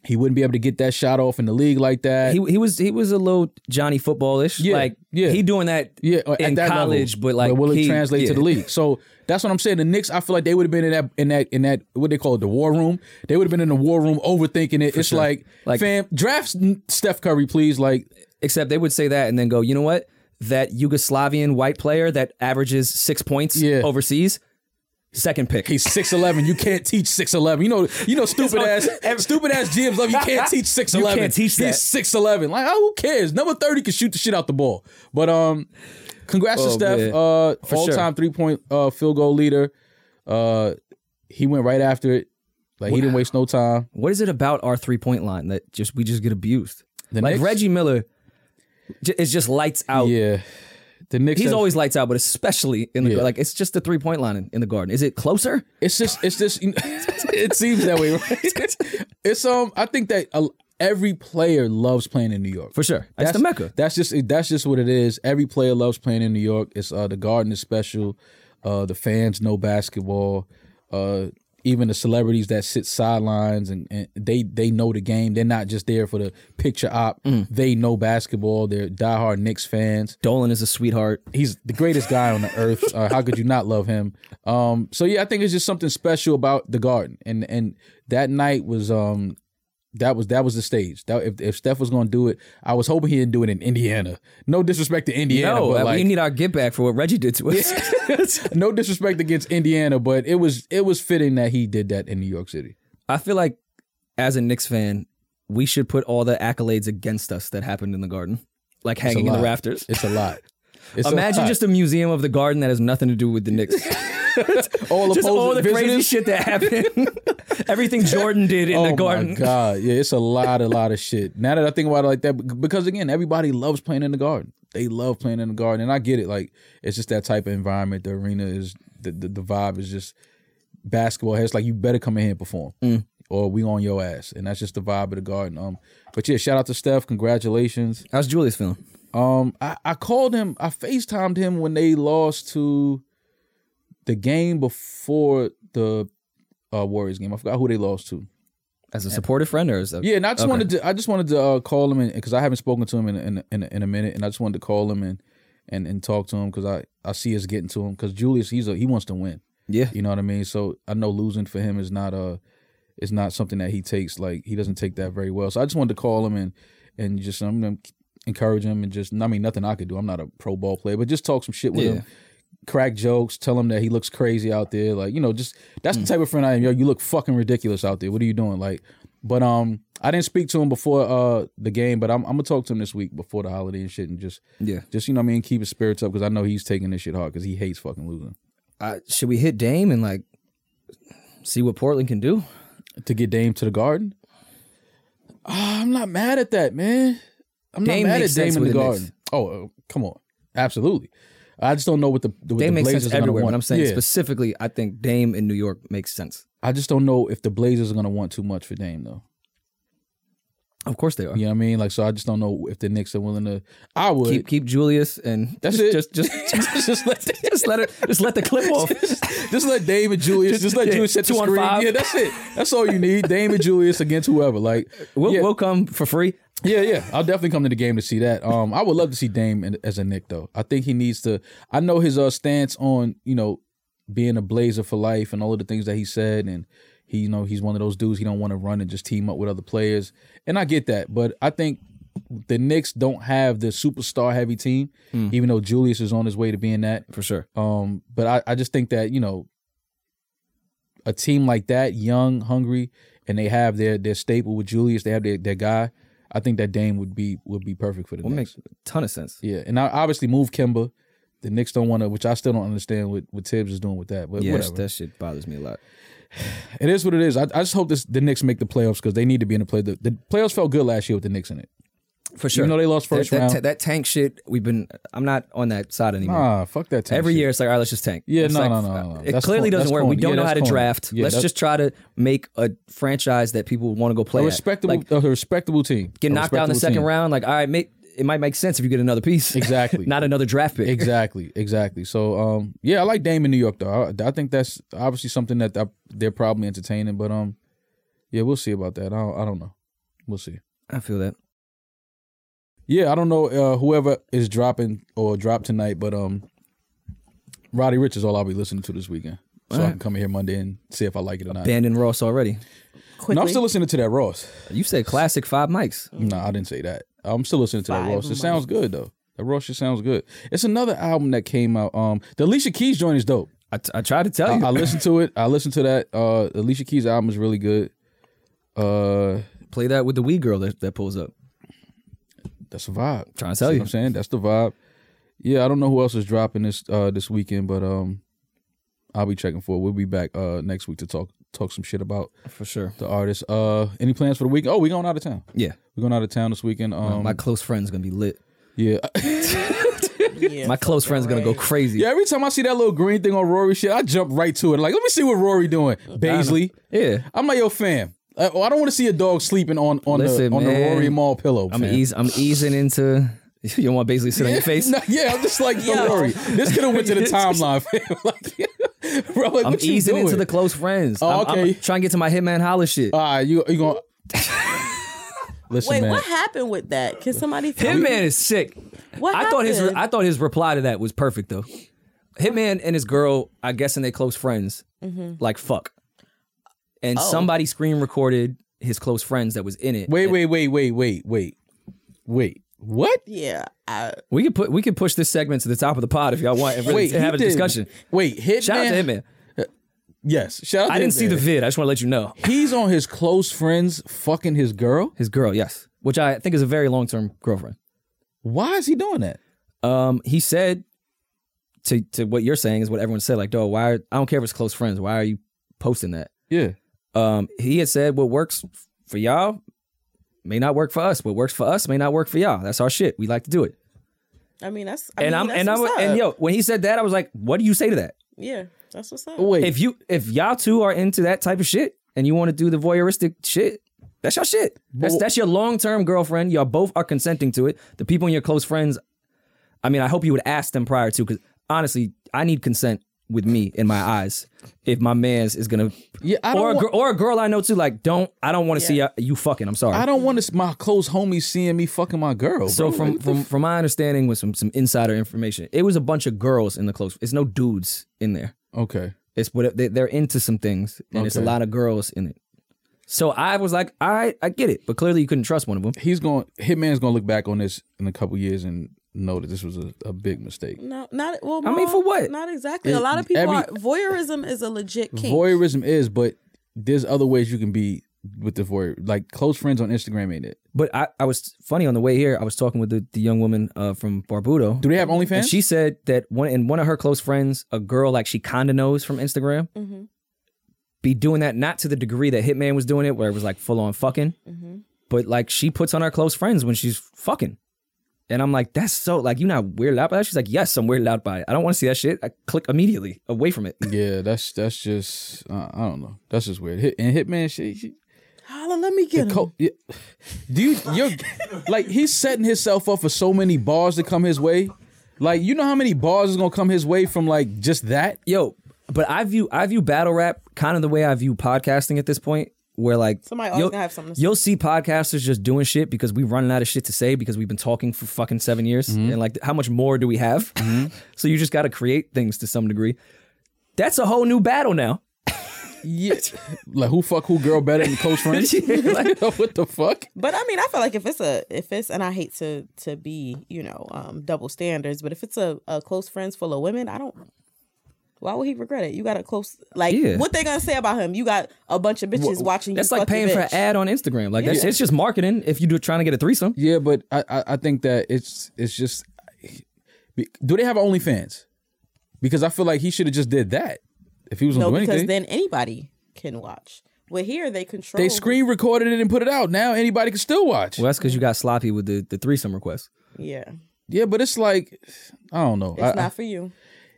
He wouldn't be able to get that shot off in the league like that. He he was he was a little Johnny footballish. Yeah, like yeah. he doing that. Yeah, or in at that college, level. but like will he- it translate yeah. to the league? So that's what I'm saying. The Knicks, I feel like they would have been in that in that in that what they call it, the war room. They would have been in the war room overthinking it. it's like, Like- fam, draft Steph Curry, please. Like, Except they would say that and then go, you know what? That Yugoslavian white player that averages six points Yeah. overseas, second pick. he's six eleven. You can't teach six eleven. You know, you know, stupid ass, stupid ass GMs love you can't teach six eleven. can't teach that. He's six eleven. Like, oh, who cares? Number thirty can shoot the shit out the ball. But um, congrats to Oh, Steph, man. uh, For all sure. time three point uh field goal leader. Uh, he went right after it. Like he didn't waste no time. what is it about our three point line that just we just get abused? The like Knicks- Reggie Miller j- is just lights out. Yeah, the Knicks. He's have- always lights out, but especially in the Yeah. like it's just the three point line in, in the garden. Is it closer? It's just. It's just. it seems that way. Right? it's um. I think that uh, every player loves playing in New York. For sure. That's, the Mecca. That's just that's just what it is. Every player loves playing in New York. It's uh the garden is special. Uh the fans know basketball. Uh even the celebrities that sit sidelines and, and they they know the game. They're not just there for the picture op. Mm. They know basketball. They're diehard Knicks fans. Dolan is a sweetheart. He's the greatest guy on the earth. Uh, how could you not love him? Um so yeah, I think it's just something special about the garden. And and that night was um that was that was the stage. That if, if Steph was going to do it, I was hoping he didn't do it in Indiana. No disrespect to Indiana, no, but uh, we like need our get back for what Reggie did to us. no disrespect against Indiana, but it was it was fitting that he did that in New York City. I feel like as a Knicks fan, we should put all the accolades against us that happened in the garden, like hanging in the lot. rafters. It's a lot. It's a Imagine lot. just a museum of the garden that has nothing to do with the Knicks. all just all the opposing crazy visitors. shit that happened. Everything Jordan did in oh the garden. my god, yeah, it's a lot, a lot of shit. Now that I think about it like that, bec- because again, everybody loves playing in the garden. They love playing in the garden, and I get it. Like it's just that type of environment. The arena is the the, the vibe is just basketball. It's like you better come in here and perform, Mm. or we on your ass, and that's just the vibe of the garden. Um, but yeah, shout out to Steph. Congratulations. How's Julius feeling? Um, I, I called him. I Facetimed him when they lost to the game before the uh, Warriors game. I forgot who they lost to. As a supportive friend or as a Yeah, and I just Okay. wanted to I just wanted to uh, call him because I haven't spoken to him in in, in in a minute, and I just wanted to call him and and, and talk to him because I I see us getting to him because Julius he's a he wants to win. Yeah. You know what I mean? So I know losing for him is not uh is not something that he takes like he doesn't take that very well. So I just wanted to call him and and just I'm gonna encourage him and just I mean nothing I could do. I'm not a pro ball player, but just talk some shit with Yeah. him. Crack jokes, tell him that he looks crazy out there. Like, you know, just that's the type of friend I am. Yo, you look fucking ridiculous out there. What are you doing? Like, but um I didn't speak to him before uh the game, but I'm I'm gonna talk to him this week before the holiday and shit and just Yeah. just you know what I mean, keep his spirits up because I know he's taking this shit hard because he hates fucking losing. Uh, should we hit Dame and like see what Portland can do? to get Dame to the Garden. Ah, I'm not mad at that, man. I'm Dame not mad makes at Dame sense in the with the Garden. Knicks. Oh, uh, come on, absolutely. I just don't know what the what Dame the makes Blazers sense are gonna everywhere, want. but I'm saying Yeah. specifically, I think Dame in New York makes sense. I just don't know if the Blazers are gonna want too much for Dame though. Of course they are. You know what I mean? Like, so I just don't know if the Knicks are willing to. I would. Keep keep Julius and That's just, it. Just just just, let just let it just let the clip off. just let Dame and Julius. Just, Just- let yeah, Julius set the two on screen. five. Yeah, that's it. That's all you need. Dame and Julius against whoever. Like, We'll yeah. we'll come for free. Yeah, yeah. I'll definitely come to the game to see that. Um, I would love to see Dame in- as a Nick though. I think he needs to. I know his uh stance on you know being a Blazer for life and all of the things that he said, and He, you know, he's one of those dudes. He don't want to run and just team up with other players. And I get that, but I think the Knicks don't have the superstar heavy team, Mm. even though Julius is on his way to being that. for sure. Um, but I, I just think that you know, a team like that, young, hungry, and they have their their staple with Julius. They have their, their guy. I think that Dame would be would be perfect for the Would make Knicks. ton of sense. yeah, and I obviously move Kimba. The Knicks don't want to, which I still don't understand what what Tibbs is doing with that. But Yes, whatever, that shit bothers me a lot. it is what it is. I, I just hope this the Knicks make the playoffs because they need to be in the play. The, the playoffs felt good last year with the Knicks in it. For sure. Even though they lost That- first that, round. ta- that tank shit, we've been. I'm not on that side anymore. Nah, Ah, fuck that. Type Every shit. year, it's like, all right, let's just tank. Yeah, It's no, like, uh, no, no, no, no. It That's clearly corny. doesn't That's work. We corny. don't Yeah, know how that's to corny. draft. Yeah, let's that's- just try to make a franchise that people want to go play. a at. respectable, Like, a respectable team. get A knocked out in the respectable second team. round. Like, all right, make, it might make sense if you get another piece. Exactly. Not another draft pick. Exactly, exactly. So, um, yeah, I like Dame in New York though. I, I think that's obviously something that th- they're probably entertaining, but um, yeah, we'll see about that. I don't, I don't know. We'll see. I feel that. Yeah, I don't know uh, whoever is dropping or dropped tonight, but um, Roddy Rich is all I'll be listening to this weekend, so I Alright. can come in here Monday and see if I like it or not. Abandoned Ross already. Quickly. No, I'm still listening to that Ross. You said classic five mics. No, I didn't say that. I'm still listening to that Five Ross. It months. sounds good though. That Ross just sounds good. It's another album that came out. Um, the Alicia Keys joint is dope. I, t- I tried to tell I, you. I listened to it. I listened to that. Uh, Alicia Keys album is really good. Uh, Play that with the wee girl that, that pulls up. that's a vibe. Trying to tell See you. what I'm saying that's the vibe. Yeah, I don't know who else is dropping this uh this weekend, but um, I'll be checking for. it. We'll be back uh next week to talk talk some shit about For sure. the artists. Uh, any plans for the weekend? Oh, we going out of town. Yeah. We going out of town this weekend. Um, my close friend's going to be lit. yeah. Yeah, My close friend's going to go right. crazy. Yeah, every time I see that little green thing on Rory shit, I jump right to it. Like, let me see what Rory doing. Baisley. Yeah. I'm like, yo, fam. I, oh, I don't want to see a dog sleeping on on Listen, the on the man. Rory Mall pillow. I'm, fam. eas- I'm easing into. You don't want basically sit on your face? No, yeah, I'm just like, yo, Yo. Rory. This could have went to the timeline, fam. like, bro, like, I'm what you easing doing? into the close friends. Oh, I'm- I'm, okay. Uh, trying to get to my Hitman Holler shit. All right, you you going? Listen, Wait, man. what happened with that? Can somebody tell me? Hitman is sick. What I thought his happened? I thought his reply to that was perfect though. Hitman and his girl, I guess, and they close friends, Mm-hmm. like fuck. And Oh. somebody screen recorded his close friends that was in it. Wait, And wait, wait, wait, wait, wait, wait. What? Yeah, I, we could put we could push this segment to the top of the pod if y'all want and really wait, have he a did- discussion. Wait, Hitman. Shout out to Hitman. Yes, shout out. To I didn't see Hitman. the vid. I just want to let you know He's on his close friends fucking his girl. his girl, yes, which I think is a very long term girlfriend. Why is he doing that? Um, he said to to what you're saying is what everyone said. Like, dog, why? Are, I don't care if it's close friends. Why are you posting that? Yeah. Um, he had said what works f- for y'all may not work for us. What works for us may not work for y'all. That's our shit. We like to do it. I mean that's. I And mean, I'm that's and I'm what's up. and yo, when he said that, I was like, what do you say to that? Yeah, that's what's up. Wait. If you if y'all two are into that type of shit and you want to do the voyeuristic shit. That's your shit. That's Well- that's your long term girlfriend. Y'all both are consenting to it. The people in your close friends, I mean, I hope you would ask them prior to, because honestly, I need consent with me in my eyes if my man's is gonna yeah, I or a, don't. gir- Want, or a girl I know too. Like, don't I don't want to see Yeah. ya- you fucking. I'm sorry. I don't want to, my close homies seeing me fucking my girl. So bro. from Like, from from my understanding with some some insider information, it was a bunch of girls in the close. It's no dudes in there. okay, It's what they, they're into some things, and it's a Okay. lot of girls in it. So I was like, all right, I get it, but clearly you couldn't trust one of them. he's going. Hitman's going to look back on this in a couple years and know that this was a, a big mistake. No, not well. I mean, no, for what? Not exactly. It- a lot of people every- are voyeurism is a legit kink. Voyeurism is, but there's other ways you can be with the voyeur. Like close friends on Instagram ain't it? But I, I was funny on the way here. I was talking with the, the young woman uh, from Barbudo, Do they have OnlyFans? and she said that one and one of her close friends, a girl like she kinda knows from Instagram, Mhm, be doing that not to the degree that Hitman was doing it, where it was like full on fucking. mhm. but like she puts on her close friends when she's fucking. And I'm like, that's so like you're not weirded out by that. She's like, yes, I'm weirded out by it. I don't want to see that shit. I click immediately away from it. yeah, that's that's just uh, I don't know. That's just weird. Hit, and Hitman, she, she Holla, let me The get him. co- yeah. Do you you're like he's setting himself up for so many bars to come his way? Like you know how many bars is gonna come his way from like just that? Yo, but I view I view battle rap kind of the way I view podcasting at this point, where like Somebody always you'll- gonna have something to say. You'll see podcasters just doing shit because we running out of shit to say because we've been talking for fucking seven years, and like how much more do we have? so you just got to create things to some degree. That's a whole new battle now. Yeah. Like who fuck who girl better than close friends? what the fuck? But I mean, I feel like if it's a if it's and I hate to to be you know um, double standards, but if it's a, a close friends full of women, I don't. Why would he regret it? You got a close like Yeah. what they gonna say about him? You got a bunch of bitches watching. That's you like fuck your paying for an bitch. ad on Instagram. Like that's, it's just marketing. If you do trying to get a threesome, Yeah, but I, I I think that it's it's just do they have OnlyFans? Because I feel like he should have just did that if he was gonna No, do because anything. then anybody can watch. Well, here they control. they screen recorded it and put it out. Now anybody can still watch. well, that's because you got sloppy with the, the threesome request. Yeah, Yeah, but it's like I don't know. it's I, not for you.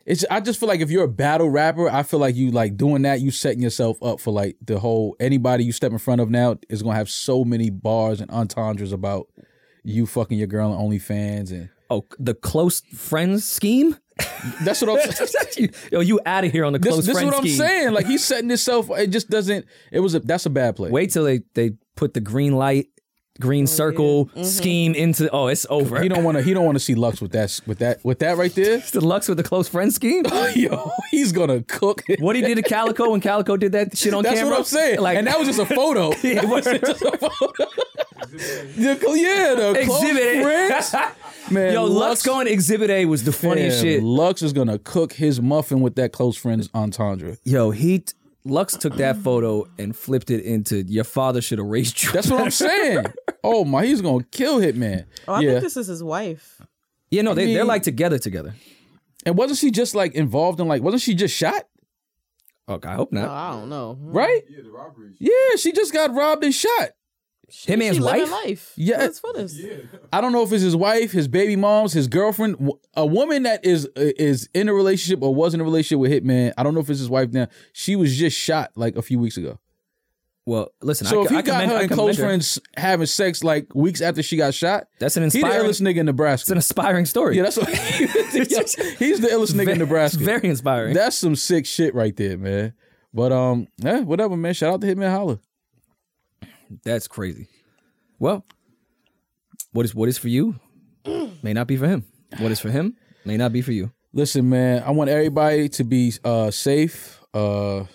It's I just feel like if you're a battle rapper, I feel like you like doing that, you setting yourself up for like the whole anybody you step in front of now is gonna have so many bars and entendres about you fucking your girl on OnlyFans and Oh, the close friends scheme. that's what I'm Yo, you out of here on the this, close this is friends what I'm scheme. saying. Like he's setting himself it just doesn't it was a that's a bad play. Wait till they they put the green light, green Oh, circle Mm-hmm. scheme into. Oh, it's over. He don't wanna he don't wanna see Lux with that with that with that right there. It's the Lux with the close friends scheme. Yo, he's gonna cook it. what he did to Calico when Calico did that shit on That's camera. what I'm saying. Like and that was just a photo. That was just a photo. The cl- yeah, the close Exhibit A. friends. Man, Yo, Lux, going to Exhibit A was the funniest Damn, shit. Lux is gonna cook his muffin with that close friend's entendre. Yo, he t- Lux took that photo and flipped it into your father should have raised you. That's what I'm saying. oh my, he's gonna kill Hitman. Oh, I yeah, think this is his wife. yeah, no, they, they're mean- like together together. and wasn't she just like involved in like? Wasn't she just shot? Mm-hmm. Okay, I hope Oh, not. I don't know. Right? Yeah, the robbery. Yeah, she just got robbed and shot. She, Him and his she living wife? Life. Yeah. That's what it's- I don't know if it's his wife, his baby moms, his girlfriend, w- a woman that is uh, is in a relationship or was in a relationship with Hitman. I don't know if it's his wife now. She was just shot like a few weeks ago. Well, listen, So I, if c- he I got commend, her I and close commend her. friends having sex like weeks after she got shot, That's an he the inspiring. illest nigga in Nebraska. It's an inspiring story. Yeah, that's what he's the illest nigga in Nebraska. It's very inspiring. that's some sick shit right there, man. But um, yeah, whatever, man. Shout out to Hitman Holler. That's crazy. Well, what is what is for you may not be for him. What is for him may not be for you. Listen, man, I want everybody to be uh safe. Uh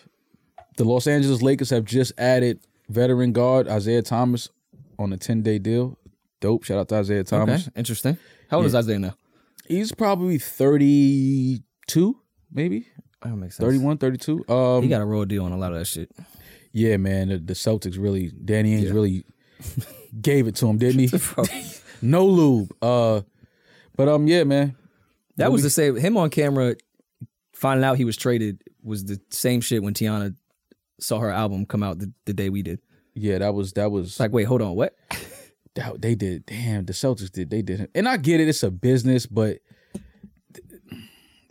the Los Angeles Lakers have just added veteran guard Isaiah Thomas on a 10-day deal. Dope. Shout out to Isaiah Thomas. Okay, interesting. How old is Isaiah now? He's probably 32, maybe. That makes sense. 31, 32. Um He got a raw deal on a lot of that shit. Yeah, man, the, the Celtics really, Danny Ainge really gave it to him, didn't he? no lube. Uh, but um, yeah, man, That was the same. Him on camera finding out he was traded was the same shit when Tiana saw her album come out the, the day we did. yeah, that was that was It's like, wait, hold on, what? that, they did. Damn, the Celtics did. They did, and I get it. It's a business, but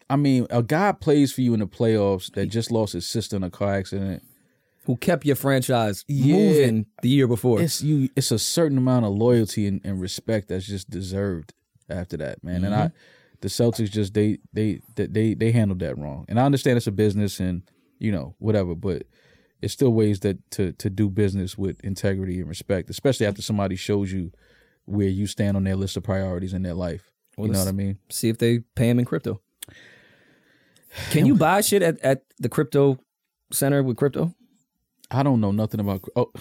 I mean, a guy plays for you in the playoffs that just lost his sister in a car accident. Who kept your franchise Yeah. moving the year before? It's you. It's a certain amount of loyalty and, and respect that's just deserved after that, man. And I, the Celtics just they they they- they they handled that wrong. And I understand it's a business and you know whatever, but it's still ways that to to do business with integrity and respect, especially after somebody shows you where you stand on their list of priorities in their life. you know what I mean? See if they pay him in crypto. Can you buy shit at, at the crypto center with crypto? I don't know nothing about. Oh,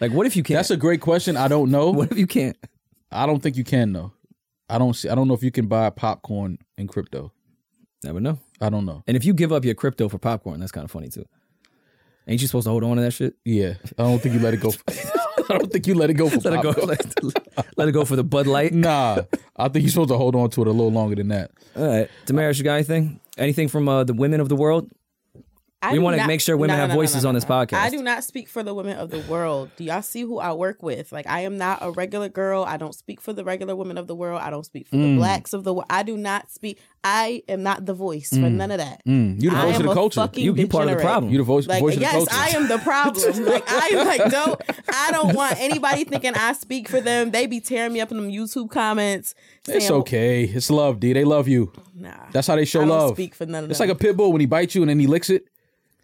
Like, what if you can't? that's a great question. I don't know. what if you can't? I don't think you can though. I don't see. I don't know if you can buy popcorn in crypto. Never know. I don't know. And if you give up your crypto for popcorn, that's kind of funny too. Ain't you supposed to hold on to that shit? Yeah, I don't think you let it go. I don't think you let it go for Let it go. popcorn. Let, let it go for the Bud Light. Nah, I think you're supposed to hold on to it a little longer than that. All right, Damaris, you got anything? Anything from uh, the women of the world? I We do wanna not- make sure women have voices on this podcast. I do not speak for the women of the world. Do y'all see who I work with? Like, I am not a regular girl. I don't speak for the regular women of the world. I don't speak for Mm. the blacks of the world. I do not speak. I am not the voice for none of that. Mm, you the I voice of am the a culture. fucking You you part of the degenerate. problem. You the voice, Like, voice of the yes, culture. I am the problem. like, I like don't. I don't want anybody thinking I speak for them. They be tearing me up in them YouTube comments. it's saying, okay. It's love, D. They love you. Nah, That's how they show I don't love. Speak for none of It's them. like a pit bull when he bites you and then he licks it.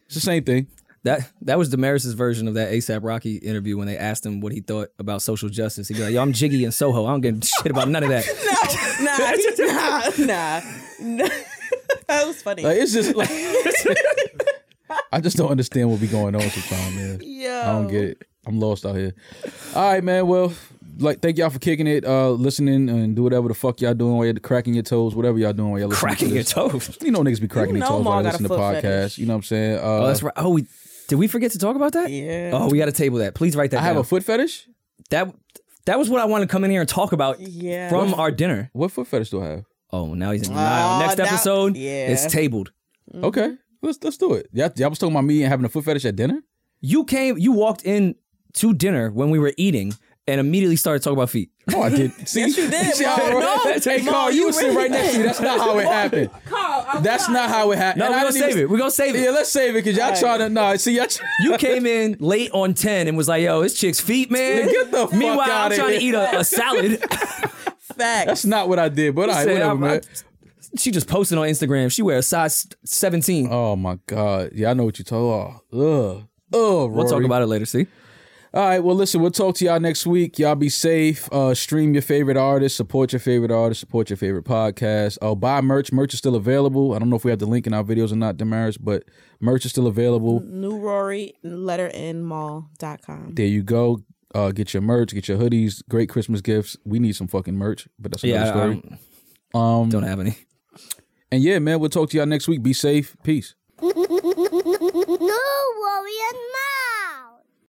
It's the same thing. That that was Damaris's version of that ASAP Rocky interview when they asked him what he thought about social justice. He'd be like, "Yo, I'm Jiggy in Soho. I don't give a shit about none of that." nah, nah, nah, nah. that was funny. Like it's just like I just don't understand what be going on sometimes, man. Yeah. I don't get it. I'm lost out here. All right, man. Well, like, thank y'all for kicking it, uh, listening, and do whatever the fuck y'all doing while you're cracking your toes, whatever y'all doing while y'all listening. Cracking to your this. toes. You know, niggas be cracking You their know toes while Ma they got listen a to foot podcasts. fetish. You know what I'm saying? Uh, Oh, that's right. Oh, we did we forget to talk about that? Yeah. Oh, we got to table that. Please write that I have down. a foot fetish. that that was what I wanted to come in here and talk about Yeah. from our dinner. What foot fetish do I have? Mm-hmm. Oh, now he's in denial. Oh, Ah, Next now- episode, yeah. it's tabled. Okay, let's let's do it. Y'all, y'all was talking about me and having a foot fetish at dinner. You came, you walked in to dinner when we were eating and immediately started talking about feet. No, I did. See, Yes, you did, See Ma. how it- No, hey, Ma, Carl, you you were sitting really right next to me. That's not how it happened. Carl, I'm That's sorry. not how it happened. No, And we're I gonna didn't save even- it. We're gonna save Yeah, it. let's save it because y'all Alright. trying to. Nah, see, y'all. Try, You came in late on 10 and was like, yo, it's chick's feet, man. Get the fuck Meanwhile, outta I'm trying to here. eat a, a salad. Facts. that's not what I did. But all right, said, whatever, I'm- man. I'm- she just posted on Instagram. She wears a size 17. Oh my God. Yeah, I know what you told. Oh, ugh. Oh, we'll talk about it later, see? All right. Well, listen, we'll talk to y'all next week. Y'all be safe. Uh, stream your favorite artist. Support your favorite artist. Support your favorite podcast. Uh, buy merch. Merch is still available. I don't know if we have the link in our videos or not, Damaris, but merch is still available. New Rory letter in mall.com. There you go. Uh, get your merch. Get your hoodies. Great Christmas gifts. We need some fucking merch, but that's another Yeah, I, I story. don't, Um, don't have any. and yeah, man, we'll talk to y'all next week. Be safe. Peace. No worry and